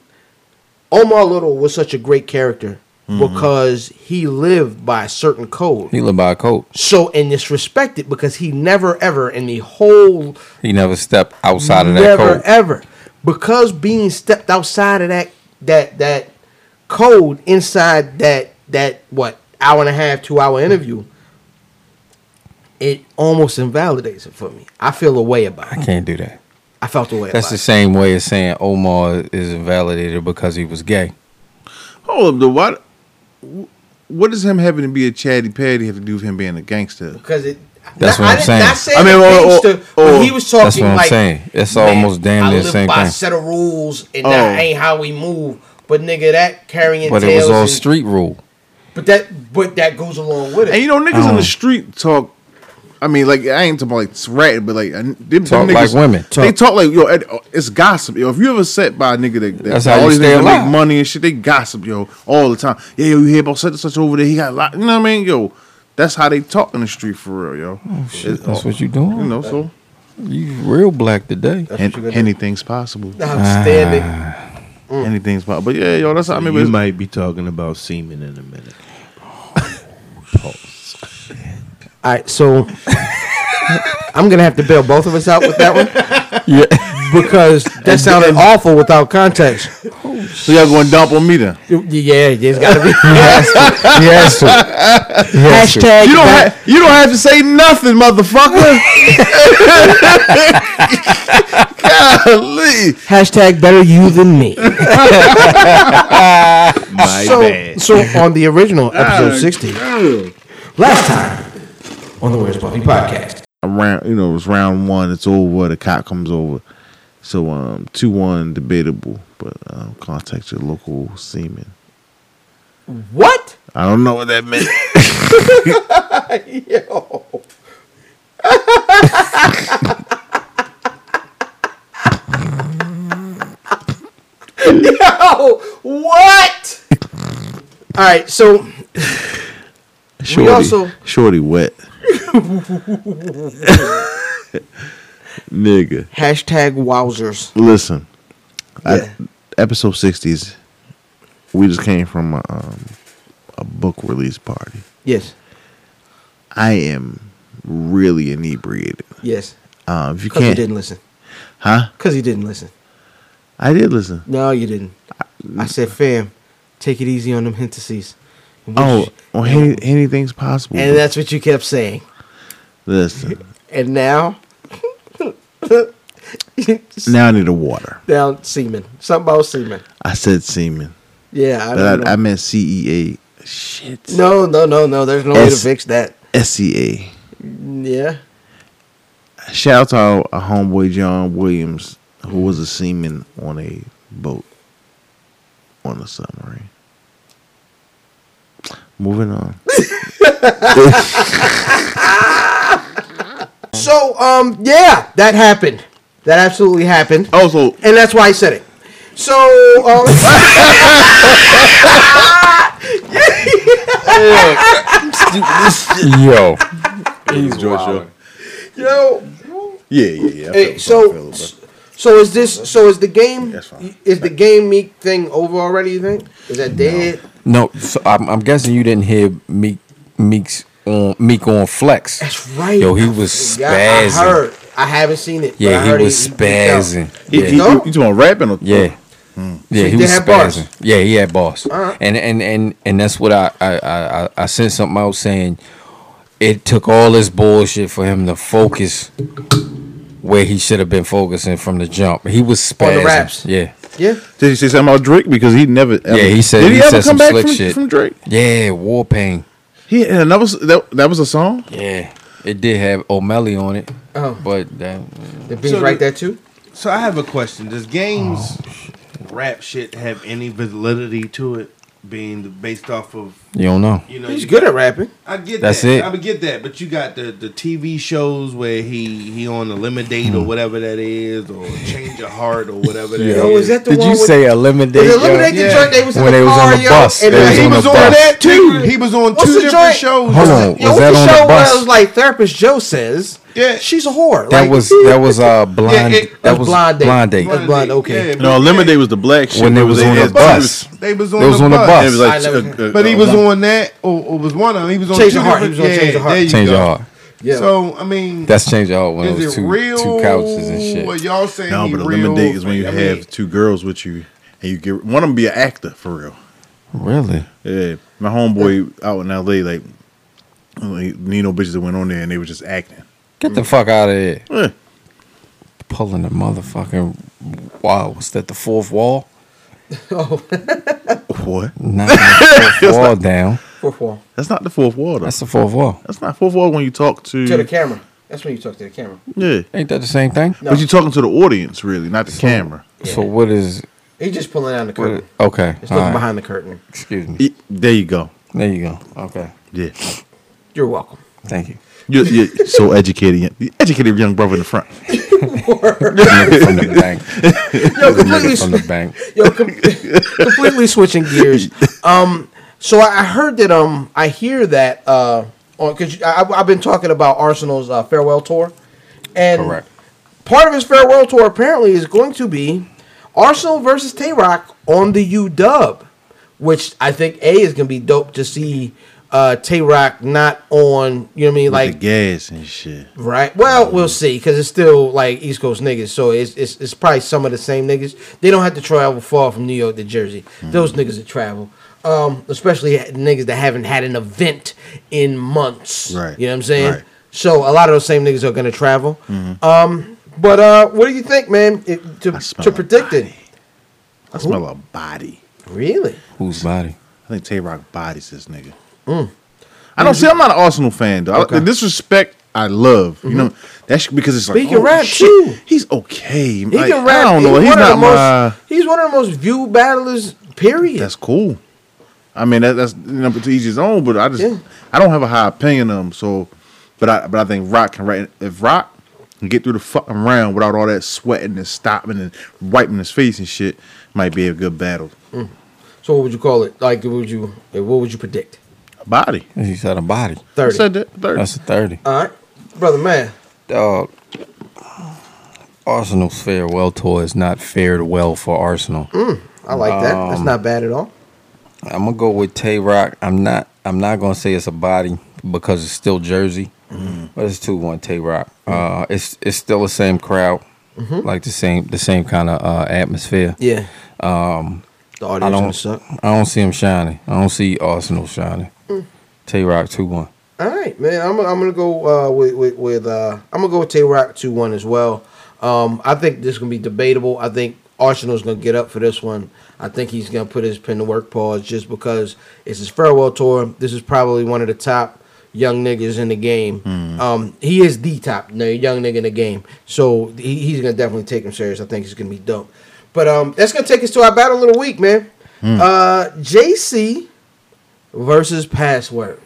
A: Omar Little was such a great character because he lived by a certain code.
G: Mm-hmm. He lived by a code.
A: So and it's respected because he never ever in the whole
G: He never stepped outside of that
A: never
G: code.
A: ever because being stepped outside of that that that code inside that that what hour and a half two hour interview. It almost invalidates it for me. I feel a way about it.
G: I can't do that.
A: I felt a way
G: That's
A: about
G: the same way as saying Omar is invalidated because he was gay.
E: Hold up, though. What? What does him having to be a chatty patty have to do with him being a gangster?
A: because it.
G: That's what I'm
A: didn't-
G: saying.
A: Not saying
E: I
A: I
E: mean, or- or- or-
A: he was talking
G: That's what I'm
A: like,
G: saying. It's
A: "Man,
G: almost damn near
A: I
G: the
A: live
G: same
A: by
G: thing.
A: a set of rules, and
E: Oh.
A: that ain't how we move. But nigga, that carrying
G: But it
A: tails.
G: was all
A: and-
G: street rule.
A: But that, but that goes along with it.
E: And you know, niggas in
G: Oh.
E: the street talk. I mean, like I ain't talking about like rat, but like I- them, them
G: Talk
E: niggas,
G: like women.
E: They talk like yo, it- it's gossip. Yo, if you ever sat by a nigga that, that
G: That's how you
E: all these
G: stay
E: niggas that
G: alive.
E: make money and shit, they gossip yo all the time. Yeah, yo, you hear about such and such over there? He got a lot. You know what I mean? Yo, that's how they talk in the street for real, yo. Oh,
G: shit, that's what you doing.
E: You know, so
G: You real black today.
E: and, anything's possible.
A: Outstanding.
G: Ah.
E: Anything's possible. But yeah, yo, that's how I mean.
H: you
E: but-
H: might be talking about semen in a minute.
A: All right, so I'm gonna have to bail both of us out with that one. Yeah, because that sounded awful without context.
E: So y'all going to dump on me then?
A: Yeah, it's gotta be.
G: Yes.
A: Hashtag
E: You don't
A: back-
E: have you don't have to say nothing, motherfucker. Golly.
A: Hashtag better you than me.
E: My
A: so,
E: bad.
A: so on the original episode 60, last time on the Where's Buffy podcast.
E: Around you know, it was round one, it's over, the cop comes over. So um two one debatable, but um, contact your local seaman.
A: What?
E: I don't know what that meant.
A: Yo. Yo, what? All right, so
E: Shorty,
A: also-
E: shorty wet, nigga.
A: hashtag wowzers.
E: Listen, I, episode sixties. We just came from a, um, a book release party.
A: Yes,
E: I am really inebriated.
A: yes.
E: Um, if you
A: 'Cause
E: can't,
A: he didn't listen.
E: huh?
A: Cause he didn't listen.
E: I did listen.
A: No, you didn't. I said, fam, take it easy on them hentices. And we
E: Oh,
A: sh-
E: well, any, anything's possible.
A: and that's what you kept saying.
E: listen.
A: And now,
E: Now I need a water.
A: now semen. Something about semen.
E: I said semen,
A: Yeah, I don't
E: but
A: know.
E: I, I meant C E A. Shit.
A: no, no, no, no. There's no way to
E: S-
A: fix that.
E: S E
A: Yeah.
E: A. Shout out to our, our homeboy John Williams, who was a seaman on a boat on a submarine. Moving on.
A: So, um, yeah, that happened. That absolutely happened.
E: Oh, so
A: and that's why I said it. So, um,
G: Yo.
A: yo,
E: uh, Yeah, yeah, yeah. I
A: hey,
E: feel- I feel
A: so,
E: it, bro.
A: so is this? So is the game? Is the game meek thing over already? You think? Is that dead?
G: No, so I'm, I'm guessing you didn't hear Meek Meek's on Meek on Flex. That's
A: Right.
G: Yo, he was
A: Yeah, I
G: spazzing.
A: heard. I haven't seen it. but I
G: Yeah,
A: heard
G: he was spazzing. Yeah,
E: You, you, you talking rapping? Or,
G: yeah.
E: So he
G: Yeah, he
E: did
G: was
E: have bars?
G: spazzing. Yeah, he had boss.
E: Alright.
G: And and and and that's what I I I, I- I sent something out saying it took all this bullshit for him to focus where he should have been focusing from the jump. He was spazzing.
E: On the raps.
G: Yeah.
A: Yeah.
E: Did he say something about Drake? Because he never. Ever,
G: Yeah, he said
E: Did he,
G: he,
E: ever
G: said
E: come
G: some
E: back
G: slick
E: from,
G: shit.
E: from Drake?
G: Yeah, War Pain.
E: He and that was that, that was a song.
G: Yeah. It did have O'Malley on it.
A: Oh.
G: But that
A: The beat's right there too.
K: So I have a question. Does games
H: Oh,
K: rap shit have any validity to it being based off of
G: You don't know.
K: you know
A: He's
K: you
A: good
K: got-
A: at rapping.
K: I get
G: That's
K: that.
G: it.
K: I would get that, but you got the, the TV shows where he he on the lemon date
G: Hmm.
K: or whatever that is, or change your heart or whatever that is.
A: Yo, Oh, is that the
G: Did
A: one
G: you
A: with-
G: say eliminate?
A: Was it eliminate the joint they was in
G: when
A: the
G: they was
A: car,
G: on the
A: yo,
G: bus?
A: and
G: They
A: then
G: was
A: he
G: on
A: was
G: the
A: on
G: bus.
A: that-
K: Two. He was on
A: What's
K: two
A: the
K: different
A: joint?
K: shows.
G: Hold on,
A: Yo,
G: was
A: what's
G: that
A: the
G: on the
A: show
G: bus?
A: Where it was like therapist Joe says,
K: yeah,
A: she's a whore.
G: That
A: like,
G: was that was uh blind.
A: it-
G: that was
A: Blonde
G: blind
A: Date.
G: date.
A: That's blind. Okay.
K: Yeah,
E: No, Lemonade was the black shit.
G: When they
E: It
G: was on the
E: it-
G: bus.
K: They was
G: They
K: on,
G: was
K: the,
G: on the
K: bus.
G: bus.
E: It was like
A: I never-
E: a- a-
K: But he
E: a-
K: was on that, or, or was one of them. He was on
A: Change
K: two
A: Your Heart. He
K: different-
A: was on Change
K: yeah,
A: Your Heart.
K: there you
G: Change
K: go.
G: your heart.
A: Yeah.
K: So I mean,
G: That's change your heart when it was
K: is it
G: two
K: real?
G: two couches and
K: Well,
G: shit.
K: y'all saying
E: No,
K: he
E: but a
K: real?
E: lemon date is when you
K: I mean,
E: have two girls with you and you get one of them be an actor for real.
G: Really?
E: Yeah, my homeboy out in L.A. like like, Nino bitches that went on there and they were just acting.
G: Get the fuck out of here.
E: Yeah.
G: Pulling the motherfucking wow, was that the fourth wall?
E: What?
G: Knocking the fourth wall down.
A: fourth wall
E: That's not the fourth wall. Though.
G: That's the fourth wall.
E: That's not fourth wall when you talk to.
A: to the camera. That's when you talk to the camera.
E: yeah,
G: Ain't that the same thing?
A: No.
E: but you're talking to the audience really, not the camera.
G: So what is
A: He's just pulling down the
G: what,
A: curtain.
G: okay?
A: It's
G: All
A: looking
G: right.
A: behind the curtain.
G: Excuse me.
E: It- there you go.
G: There you go. Okay.
E: Yeah,
A: You're welcome.
G: Thank you.
E: you're, you're so educated. You Educated young brother in the front.
G: Nigga from the bank.
A: Yo, completely,
G: Nigga from the bank.
A: yo, com- completely switching gears. Um, so I I heard that. Um, I hear that. Uh, on because I, I've been talking about Arsenal's uh, farewell tour, and
G: Correct.
A: part of his farewell tour apparently is going to be Arsenal versus Tay Rock on the U Dub, which I think a is going to be dope to see. Uh, Tay Rock not on. You know what I mean?
E: With
A: Like
E: the gas and shit.
A: Right. Well, we'll see because it's still like East Coast niggas, so it's, it's it's probably some of the same niggas. They don't have to travel far from New York to Jersey.
E: Mm.
A: Those niggas that travel, um, especially niggas that haven't had an event in months.
E: Right.
A: You know what I'm saying?
E: Right. Mm-hmm.
A: So a lot of those same niggas are gonna travel. Um, but uh, what do you think, man? It, to
E: I smell
A: to
E: a
A: predict it,
E: I smell a body.
A: really?
G: Whose body?
E: I think Tay Rock bodies this nigga. I don't see. I'm not an Arsenal fan though. I-
A: Mm. Okay. Mm-hmm.
E: the disrespect, I love. You know that's because it's like
A: But he can
E: oh,
A: rap,
E: shit,
A: too.
E: He's okay. He
A: He can rap.
E: I don't know.
A: He's,
E: He's,
A: one
E: not
A: of the
E: my.
A: most. He's one of the most viewed battlers. Period.
E: That's cool. I mean that, that's you know to each his own. But I just
A: Yeah.
E: I don't have a high opinion of him. So, but I but I think Rock can rap. If Rock and get through the fucking round without all that sweating and stopping and wiping his face and shit, might be a good battle.
A: Mm. So what would you call it? Like, what would you? What would you predict?
E: A body.
G: He said a body.
A: Thirty.
E: I said that, 30.
G: That's a thirty.
A: All right, brother man.
G: Dog. Arsenal's farewell tour has not fared well for Arsenal.
A: Mm, I like that. That's
G: Um,
A: not bad at all.
G: I'm gonna go with Tay Rock. I'm not. I'm not gonna say it's a body because it's still Jersey, but it's two one Tay Rock. Uh, it's it's still the same crowd,
A: Mhm.
G: like the same the same kind of uh, atmosphere.
A: Yeah.
G: Um,
A: The
G: I
A: audience
G: don't.
A: gonna suck.
G: I don't see him shining. I don't see Arsenal shining.
A: Mm.
G: Tay Rock two one.
A: All right, man. I'm I'm gonna go uh, with with, with uh, I'm gonna go with Tay Rock two one as well. Um, I think this is gonna be debatable. I think Arsenal's gonna get up for this one. I think he's gonna put his pen to work, pause, just because it's his farewell tour. This is probably one of the top young niggas in the game. Um, he is the top no, young nigga in the game, so he, he's gonna definitely take him serious. I think it's gonna be dope. But um, that's gonna take us to our battle of the week, man.
E: Mm.
A: Uh, JC versus Passwords.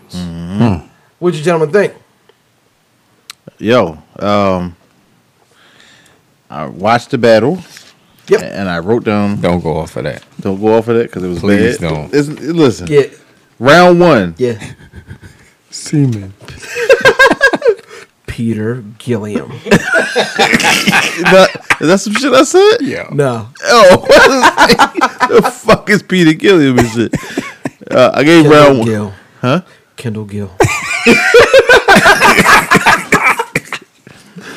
A: What you gentlemen think?
E: Yo, um, I watched the battle.
A: Yep.
E: And I wrote down.
G: Don't go off of that.
E: Don't go off of that because it was
G: Please
E: bad.
G: don't.
E: It's- listen.
A: Yeah.
E: Round one.
A: Yeah.
G: Seaman.
A: Peter Gilliam.
E: that, is that some shit I said?
G: Yeah.
A: No.
E: Oh, the fuck is Peter Gilliam and shit? Uh, I gave
A: Kendall
E: round one.
A: Gill.
E: Huh?
A: Kendall Gill.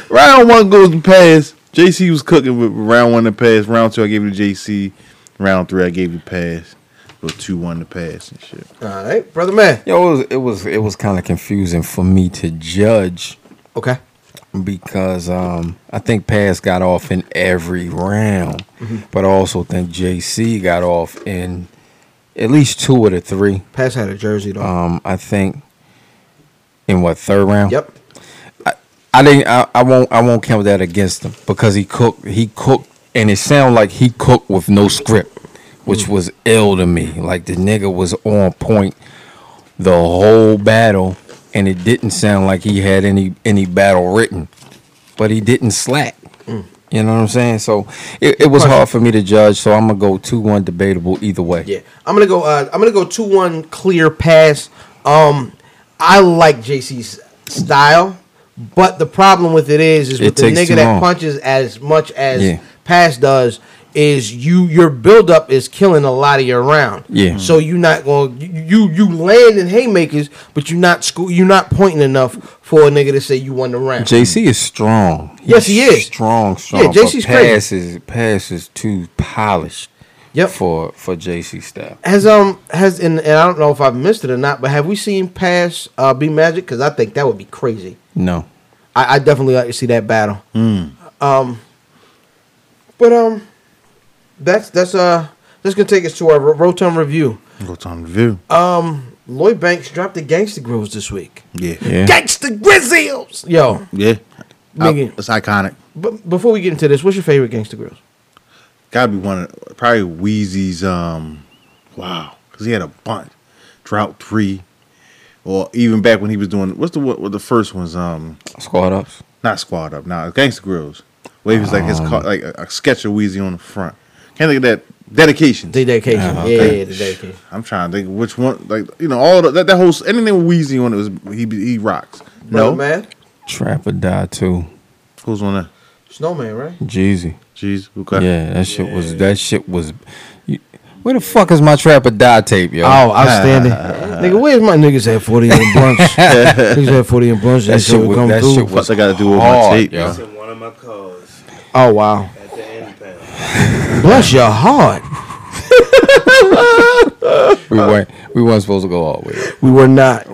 E: Round one goes to pass. JC was cooking with round one to pass. Round two, I gave you JC. Round three, I gave you pass. Go two one to pass and shit.
A: All right, brother man.
G: Yo, it was it was, it was kind of confusing for me to judge.
A: Okay.
G: Because um, I think Pass got off in every round,
A: Mhm.
G: but I also think JC got off in at least two of the three.
A: Pass had a jersey
E: Uh.
A: though.
G: Um, I think in what third round?
A: Yep.
G: I, I didn't. I, I won't. I won't count that against him because he cooked. He cooked, and it sounded like he cooked with no script, which
A: Mm.
G: was ill to me. Like the nigga was on point the whole battle, and it didn't sound like he had any any battle written, but he didn't slack.
A: Mm.
G: You know what I'm saying? So it, it was
A: Question.
G: hard for me to judge. So I'm gonna go two one debatable either way.
A: Yeah. I'm gonna go. Uh, I'm gonna go two one clear pass. Um, I like JC's style, but the problem with it is, is
G: It
A: with the
G: takes
A: nigga
G: too
A: that
G: long.
A: punches as much as
G: Yeah.
A: pass does. Is you your buildup is killing a lot of your round.
G: Yeah.
A: So you're not going you you you land in haymakers, but you're not school you're not pointing enough for a nigga to say you won the round.
G: JC is strong.
A: Yes, he is.
G: strong, strong.
A: Yeah,
G: but
A: JC 's crazy.
G: pass is pass is too polished.
A: Yep.
G: For for JC style.
A: Has um has and, and I don't know if I've missed it or not, but have we seen pass uh, B Magic? Because I think that would be crazy.
G: No.
A: I, I definitely like to see that battle. Um, but um, that's that's uh that's gonna take us to our Ro- Rotom review.
E: Go time view.
G: Uh,
A: Um, Lloyd Banks dropped the Gangsta Grills this week.
E: Yeah.
A: Gangsta Grizzles, yo.
E: Yeah.
A: Nigga.
E: I- it's iconic.
A: But before we get into this, what's your favorite Gangsta Grills?
E: Gotta be one of probably Wheezy's. Um, wow, because he had a bunch. Drought three, or even back when he was doing what's the what, what the first ones? Um,
G: squad ups.
E: Not squad up. Nah, gangster grills. Where he was like his car, like a, a sketch of Wheezy on the front. Can't think of that dedication.
A: The dedication. Yeah, yeah, the dedication.
E: I'm trying to think which one. Like you know all the, that that whole s- anything with Wheezy on it was he he rocks.
A: Brother
E: no
A: man,
G: Trap or die too.
E: Who's on that?
A: Snowman, right?
G: Jeezy.
E: Jeez. Okay.
G: Yeah, that shit was that shit was. You, where the fuck is my trap or die tape, yo?
A: Oh, outstanding. Nigga, where's my niggas at 40 and blunts? niggas at 40 and blunts. That,
G: That
A: shit
G: shit
A: would
G: was-
A: come
G: that
A: through.
G: shit was
E: Fuck, I gotta do with my
G: hard,
E: tape,
G: yo.
E: yo.
F: One of my calls
A: Oh, wow.
F: at the end panel.
A: Bless your heart.
G: We weren't we weren't supposed to go all the way.
A: We were not. I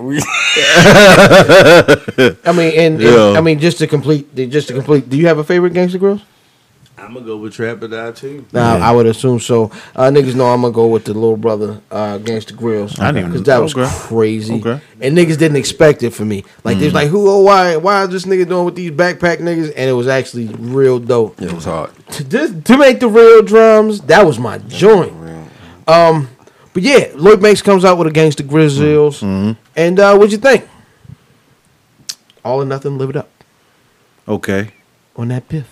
A: mean, and, and-
G: Yeah.
A: I mean, just to complete, just to complete. Do you have a favorite gangster girls?
F: I'm gonna go with Trap or Die too.
A: Nah, I would assume so. Uh, niggas know I'm gonna go with the little brother uh, Gangsta Grills.
E: I didn't even-
A: that was
E: okay.
A: crazy.
E: Okay.
A: And niggas didn't expect it from me. Like they was
E: Mm.
A: like, who? Oh, why? Why is this nigga doing with these backpack niggas? And it was actually real dope.
G: It was hard.
A: To, this, to make the real drums, that was my joint. Um, but yeah, Lloyd Banks comes out with a Gangsta Grizzles. And uh, what'd you think? All or nothing, live it up.
E: Okay.
A: on that piff.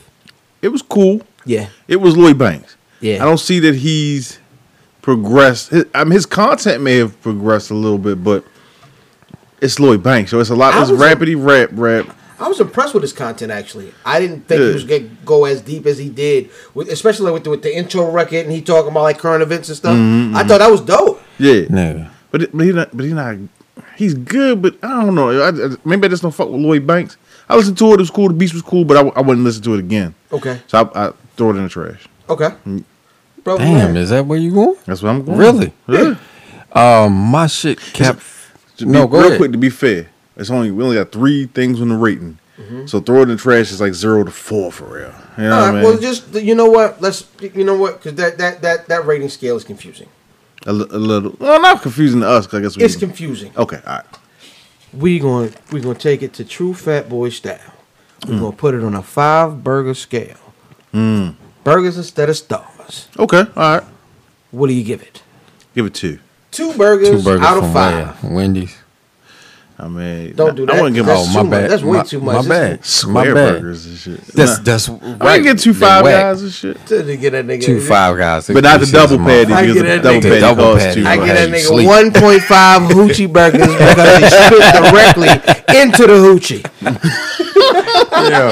E: It was cool.
A: Yeah.
E: It was Lloyd Banks.
A: Yeah.
E: I don't see that he's progressed. His, I mean, his content may have progressed a little bit, but it's Lloyd Banks, so it's a lot.
A: I
E: It's
A: was-
E: rapidy rap rap.
A: I was impressed with his content actually. I didn't think he
E: Yeah.
A: was gonna go as deep as he did, with, especially with the, with the intro record and he talking about like current events and stuff.
E: Mhm,
A: I
E: mhm.
A: thought that was dope.
E: Yeah. But it- but he's not. But he's not. He's good, but I don't know. I, I- maybe I just don't fuck with Lloyd Banks. I listened to it. It was cool. The beats was cool, but I, w- I wouldn't listen to it again.
A: Okay.
E: So I, I throw it in the trash.
A: Okay. Bro,
G: Damn, is that where you going?
E: That's where I'm going.
G: Really?
E: Yeah.
G: Um, my shit kept.
E: To
G: No,
E: be,
G: go
E: real
G: ahead.
E: quick to be fair, it's only we only got three things on the rating, so throw it in the trash is like zero to four for real. You know
A: Mm-hmm. All
E: what I
A: right,
E: mean?
A: well, just you know what? Let's you know what? Because that, that that that rating scale is confusing.
E: a, li- a little. Well, not confusing to us. 'cause I guess we.
A: It's confusing.
G: Oh.
E: Okay, all right.
A: We going to we gonna take it to true fat boy style. We're
E: Mm.
A: gonna put it on a five burger scale.
E: Mm.
A: Burgers instead of stars.
E: Okay, all right.
A: What do you give it?
E: Give it two.
A: Two burgers, out of five.
G: where? Wendy's. Oh,
E: I mean,
A: Don't do
E: I
A: that.
E: wouldn't give
A: That's
E: them-
A: too much. That's way too much.
G: My
A: That's
G: bad.
A: too-
E: Square
G: my bad.
E: burgers and shit.
G: That's
E: Nah.
G: that's.
E: I wouldn't
G: right.
E: get two
G: They're
E: five
G: whack.
E: guys and shit.
A: To get that nigga
G: Two five guys,
E: But not the double patty,
A: I
E: because
A: get
E: the
A: that
E: double
A: nigga-
E: patty
A: double
E: costs
A: patty.
E: too
A: I
E: much.
A: get that nigga
E: Sleep.
A: 1.5 hoochie burgers because he spit directly into the hoochie.
G: yeah.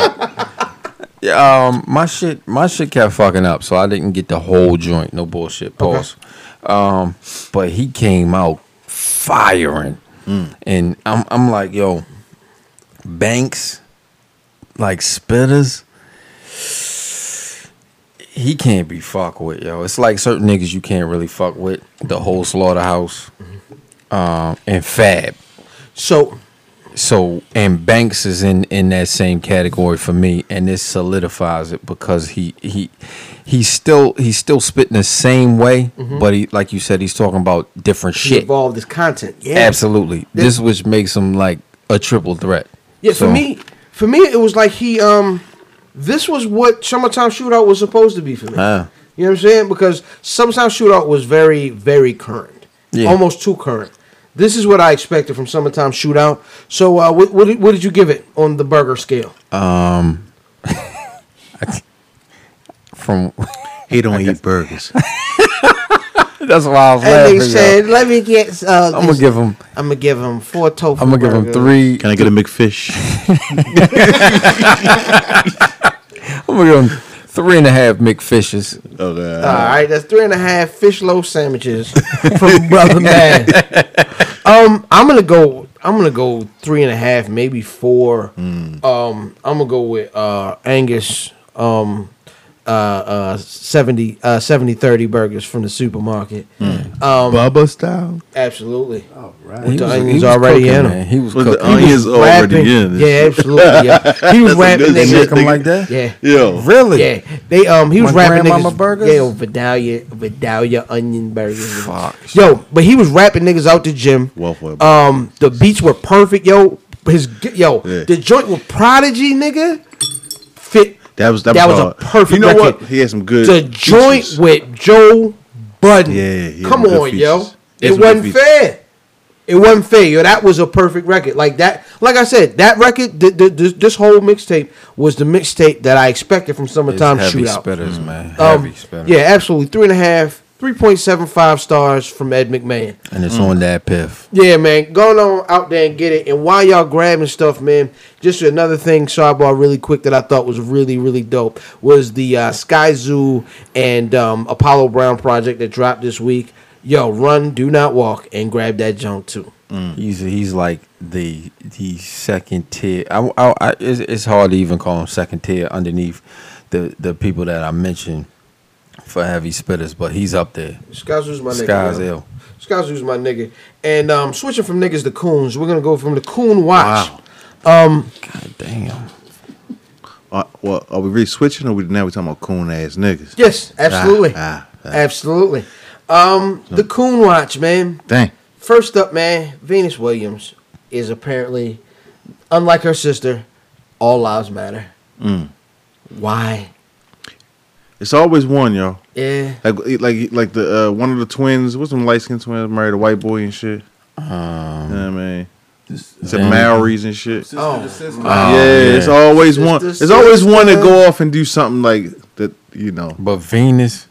G: Yeah, um, my shit, my shit kept fucking up, so I didn't get the whole joint. No bullshit. Pause. Um, but he came out firing, and I'm, I'm like, yo, Banks, like spitters. He can't be fucked with, yo. It's like certain niggas you can't really fuck with. The whole slaughterhouse, um, and Fab.
A: So
G: so and Banks is in in that same category for me, and this solidifies it because he he he's still he's still spitting the same way,
A: Mhm.
G: but he like you said he's talking about different
A: He
G: shit.
A: evolved his content. Yeah.
G: Absolutely,
A: This-
G: this which makes him like a triple threat.
A: Yeah,
G: So,
A: for me, for me, it was like he um, this was what summertime shootout was supposed to be for me.
G: ah,
A: You know what I'm saying? Because summertime shootout was very, very current,
G: Yeah.
A: almost too current. This is what I expected from summertime shootout. So, uh, what, what, did, what did you give it on the burger scale?
G: um, from
E: he don't eat burgers.
G: That's why I was laughing.
A: And
G: yo.
A: they said, "Let me get." Uh,
G: I'm gonna give him.
A: I'm gonna give him four tofu.
G: I'm gonna give him
A: burgers.
G: three.
E: Can I get a McFish?
G: I'm gonna give him three and a half McFishes.
E: Okay.
A: All right, that's three and a half fish loaf sandwiches from Brother Man. Um, I'm gonna go. I'm gonna go three and a half, maybe four.
G: Hmm.
A: Um, I'm gonna go with uh Angus. Um, uh, uh, 70, uh, 70 30 burgers from the supermarket. Um,
H: Bubba style.
A: absolutely.
H: All
A: right.
G: Hmm. He
A: With the
G: was- he
A: onions
G: was
A: already
G: cooking,
A: in
G: man.
A: them.
G: He was
E: With the
G: cooking.
E: onions He was already
A: Rapping.
E: in.
A: Yeah, absolutely. Yeah. He
E: That's
A: was
E: some
A: rapping.
E: good
A: They
E: shit,
A: make
G: Cooking
E: nigga.
G: like that.
A: Yeah.
E: Yo.
G: Really?
A: Yeah, they um he was
G: My
A: rapping
G: grandmama
A: niggas.
G: burgers?
A: Yeah, Vidalia, Vidalia onion burgers.
G: Fuck.
A: Yo, but he was rapping niggas out the gym.
E: Waffle.
A: Um, the beats were perfect, yo. His g- yo,
E: Yeah.
A: the joint with Prodigy, nigga, fit.
E: That was that,
A: That was a
E: hard.
A: perfect
E: You know
A: record.
E: what? He had some good.
A: the joint
E: features.
A: with Joe Budden.
E: Yeah, yeah, yeah,
A: come
E: good
A: on, yo.
E: features. Yeah,
A: It
E: some good
A: wasn't
E: features.
A: fair. It wasn't fair, yo. That was a perfect record, like that. Like I said, that record, th- th- this, this whole mixtape was the mixtape that I expected from
G: It's
A: Summertime
G: heavy
A: Shootout.
G: spitters, man.
A: Um,
G: Heavy spitters.
A: yeah, absolutely. Three and a half, 3.75 stars from Ed McMahon.
G: and it's on that piff.
A: Yeah, man. Go on out there and get it. And while y'all grabbing stuff, man, just another thing, sidebar, really quick that I thought was really, really dope was the uh, Sky Zoo and um, Apollo Brown project that dropped this week. Yo, run, do not walk, and grab that junk too.
G: He's he's like the the second tier. I, I, I it's, it's hard to even call him second tier underneath the the people that I mentioned for heavy spitters, but he's up there.
A: Sky Zoo's my nigga.
G: Sky's
A: yo.
G: ill.
A: Sky Zoo's my nigga. And um, switching from niggas to coons, we're gonna go from the coon watch. Um,
G: God damn.
E: Uh, well, are we really switching, or we now we talking about coon ass niggas?
A: yes, absolutely.
E: Ah, ah, ah.
A: Absolutely. Um, the Coon Watch, man.
E: Dang.
A: First up, man, Venus Williams is apparently, unlike her sister, all lives matter.
E: Mm.
A: Why? Eh,
E: It's always one, yo.
A: Yeah.
E: Like, like, like the uh, one of the twins. What's some light skinned twins married a white boy and shit?
G: Um,
E: You know what I mean, It's a Maoris and shit.
A: Oh.
E: Oh, yeah, it's always
A: Sister,
E: one. It's
A: sister.
E: always one to go off and do something like that. You know.
G: But Venus.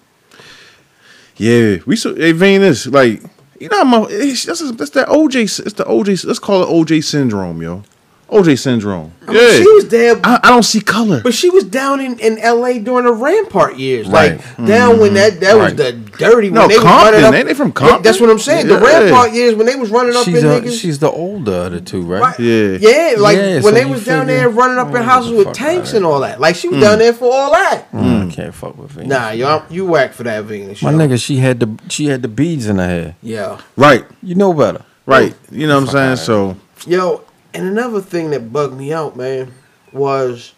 E: Yeah, we so hey, Venus like you know my it's, that's, that's that OJ. s- It's the OJ. Let's call it OJ syndrome, yo. OJ syndrome.
A: I mean,
E: yeah,
A: she was there.
E: I, I don't see color.
A: But she was down in, in L.A. during the Rampart years,
E: Right. Mm-hmm.
A: like down when that that was
E: Right.
A: the dirty.
E: No,
A: when they was
E: Compton,
A: running up-
E: ain't they from
A: Yeah,
E: Compton?
A: That's what I'm saying. The
E: Yeah.
A: Rampart years when they was running up
G: She's,
A: in
G: a,
A: niggas.
G: she's the older of the two, right?
E: Yeah.
A: Yeah, like
G: Yeah,
A: when
G: so
A: they
G: you
A: was down
G: figure-
A: there running up
E: Oh,
A: in houses with tanks and all that. Like she was
G: Mm.
A: down there for all that.
G: Mm, I can't fuck with Venus.
A: Nah, y'all, you whack for that Venus.
G: My
A: yo.
G: nigga, she had the she had the beads in her hair.
A: Yeah.
E: Right.
G: You know better.
E: Right.
A: Oh.
E: You know what I'm saying? So
A: Yo, and another thing that bugged me out, man, was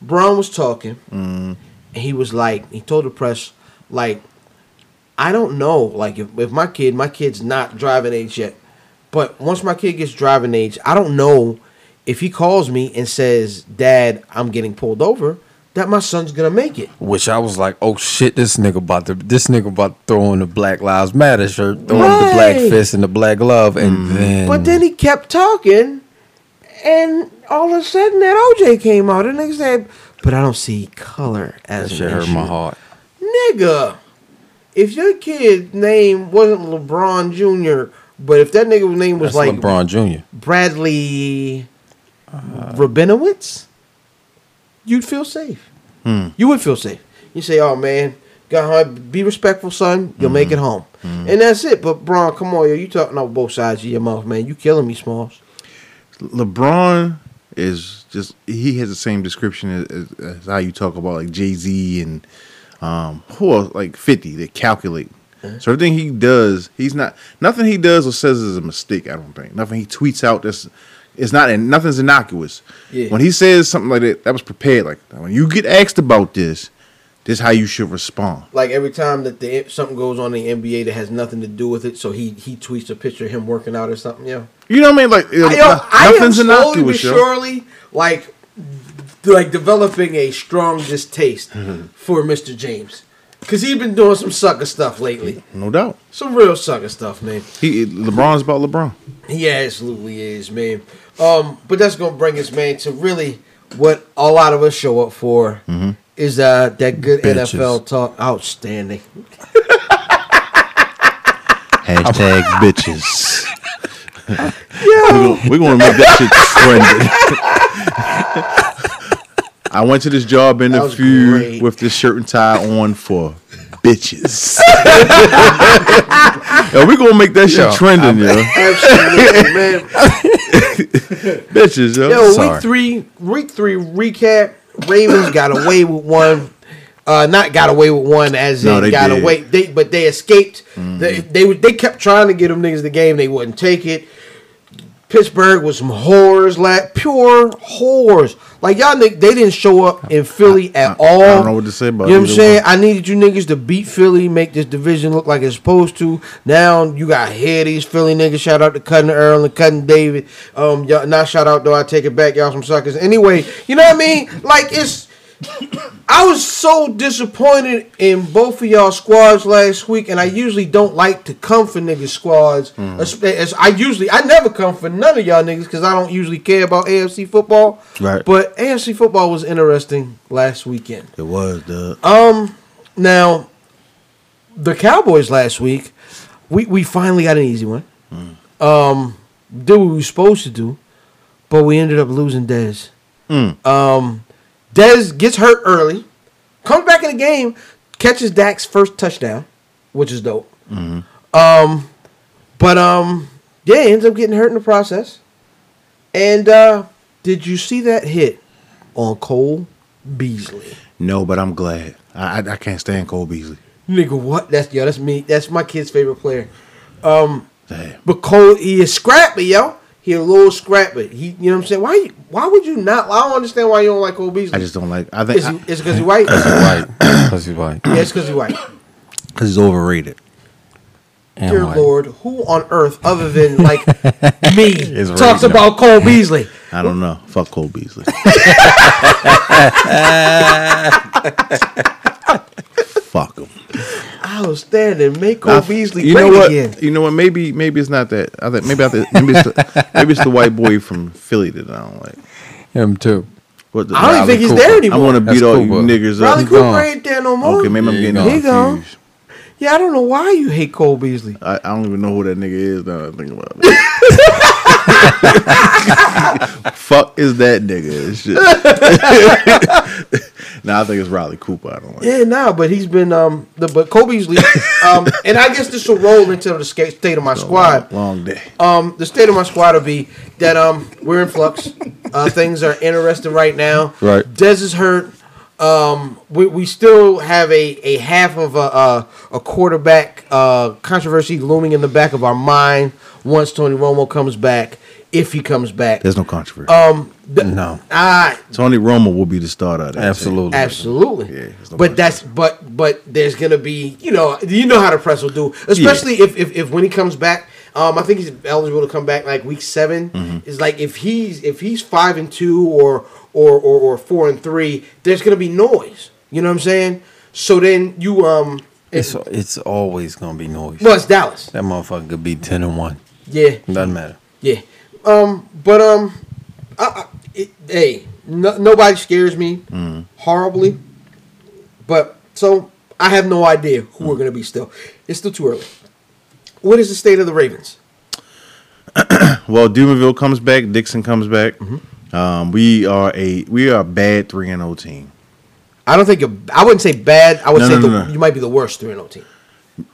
A: Braun was talking,
G: Mm-hmm.
A: and he was like, he told the press, like, I don't know, like, if, if my kid, my kid's not driving age yet, but once my kid gets driving age, I don't know if he calls me and says, Dad, I'm getting pulled over, that my son's gonna make it.
G: Which I was like, oh shit, this nigga about to this nigga about to throw on the Black Lives Matter shirt, throw on the black
A: Right.
G: fist and the black glove, and
A: Mm-hmm.
G: then
A: But then he kept talking, and all of a sudden that OJ came out, and they said, But I don't see color as
G: that
A: an
G: shit hurt
A: issue."
G: my heart.
A: Nigga, if your kid's name wasn't LeBron Jr., but if that nigga's name was
G: That's
A: like
G: LeBron Jr.
A: Bradley uh, Rabinowitz, you'd feel safe. You would feel safe. You say, "Oh man, got home. Be respectful, son. You'll make it home." And that's it. But Bron, come on, yo, you talking out both sides of your mouth, man. You killing me, Smalls.
E: LeBron is just he has the same description as, as, as how you talk about like Jay Z and um who else, like Fifty that calculate.
A: Mm-hmm.
E: So everything he does, he's not nothing he does or says is a mistake. I don't think nothing he tweets out that's it's not and nothing's innocuous.
A: Yeah.
E: When he says something like that, that was prepared. Like when you get asked about this, this is how you should respond.
A: Like every time that the something goes on in the NBA that has nothing to do with it, so he he tweets a picture of him working out or something. Yeah.
E: You know what I mean? Like
A: I, yo, I am
E: nothing's
A: slowly but
E: innocuous. yo.
A: surely like like developing a strong distaste for Mr. James because he's been doing some sucker stuff lately,
E: No doubt.
A: some real sucker stuff, man.
E: He LeBron's about LeBron.
A: He absolutely is, man. Um, but that's gonna bring us, man, to really what a lot of us show up for
E: Mm-hmm.
A: is uh that good
G: Bitches.
A: NFL talk. Outstanding.
E: Hashtag bitches.
A: Yo.
E: We're going to make that shit trending. I went to this job
A: That was
E: interview
A: great.
E: with this shirt and tie on for bitches. yo, we're going to make that shit
A: Yo,
E: trending, yo.
A: Absolutely, man.
E: bitches, yo.
A: Yo, week three, week three recap. Ravens got away with one. Uh, not got away with one as
E: No,
A: in
E: they
A: got
E: did. Mm-hmm.
A: away. They but they escaped. They, they was- they kept trying to get them niggas the game. They wouldn't take it. Pittsburgh was some whores, like pure whores. Like y'all, nigg- they didn't show up in Philly at all.
E: I don't know what to say about
A: You know what
E: either
A: I'm saying? I needed you niggas to beat Philly, make this division look like it's supposed to. Now you got here these Philly niggas. Shout out to Cutting Earl and Cutting David. Um, y'all, not shout out though. I take it back. Y'all some suckers. Anyway, you know what I mean? Like it's. I was so disappointed in both of y'all squads last week, and I usually don't like to come for niggas squads.
E: Mm.
A: As, as I usually, I never come for none of y'all niggas because I don't usually care about AFC football.
E: Right.
A: But AFC football was interesting last weekend.
E: It was, duh.
A: Um, now the Cowboys last week, we we finally got an easy one.
E: Mm.
A: Um, did what we were supposed to do, but we ended up losing Dez. Um, Dez gets hurt early, comes back in the game, catches Dak's first touchdown, which is dope.
E: Mm-hmm.
A: Um, but um, yeah, ends up getting hurt in the process. And uh, did you see that hit on Cole Beasley?
E: No, but I'm glad. I, I, I can't stand Cole Beasley.
A: Nigga, what? That's yo, that's me. That's my kid's favorite player. Um but Cole he is scrappy, yo. He a little scrappy. He you know what I'm saying? Why you- why would you not I don't understand why you don't like Cole Beasley.
E: I just don't like. I think
A: Is he- is it 'cause he white?
G: White, pussy white,
A: yeah, it's cause he's white.
E: because he's overrated.
G: and
A: Dear
G: white.
A: Lord, who on earth other than like me
E: Is
A: talks
E: reasonable.
A: about Cole Beasley?
E: I don't know. Fuck Cole Beasley. Fuck him.
A: outstanding. Make Cole Beasley
E: you
A: great
E: know what?
A: again.
E: You know what? Maybe maybe it's not that. I think maybe I think, maybe it's the, maybe it's the white boy from Philly that I don't like.
G: Him too.
E: What
A: I don't even think he's there
E: I
A: anymore.
E: want to
G: That's
E: beat all you
G: Cooper.
E: niggers
A: Riley
E: up.
A: Cooper ain't there no more.
E: Okay, maybe I'm getting
A: he gone.
E: confused.
A: Yeah, I don't know why you hate Cole Beasley.
E: I, I don't even know who that nigga is now that I think about it. Fuck is that nigga? It's just- nah, I think it's Riley Cooper. I don't like.
A: Yeah, nah, but he's been um the but Cole Beasley, um, and I guess this will roll into the sca- state of my squad.
E: Long day.
A: Um, the state of my squad will be that um we're in flux. Uh, things are interesting right now.
G: Right.
A: Dez is hurt. Um, we, we still have a, a half of a a, a quarterback uh, controversy looming in the back of our mind. Once Tony Romo comes back, if he comes back,
E: There's no controversy.
A: um, th-
E: no.
A: I
E: Tony Romo will be the starter. Of that
G: Absolutely.
A: Absolutely.
E: there's no
A: but that's but but there's gonna be you know you know how the press will do especially if, if if when he comes back um I think he's eligible to come back like week 7
E: Mm-hmm.
A: is like if he's if he's five and two or, or or or four and three there's gonna be noise you know what I'm saying so then you um
G: It's it's always gonna be noise.
A: well it's Dallas
G: That motherfucker could be ten and one.
A: yeah
G: Doesn't matter.
A: Yeah. Um. But um. I, I, it, hey, no, nobody scares me
E: Mm.
A: horribly. But so I have no idea who
E: Mm.
A: we're gonna be still. It's still too early. What is the state of the Ravens?
E: Well, Dumerville comes back. Dixon comes back.
A: Mm-hmm.
E: Um, we are a we are a bad three and O team.
A: I don't think you're, I wouldn't say bad. I would
E: No,
A: say
E: no, no,
A: the,
E: no.
A: you might be the worst three and O team.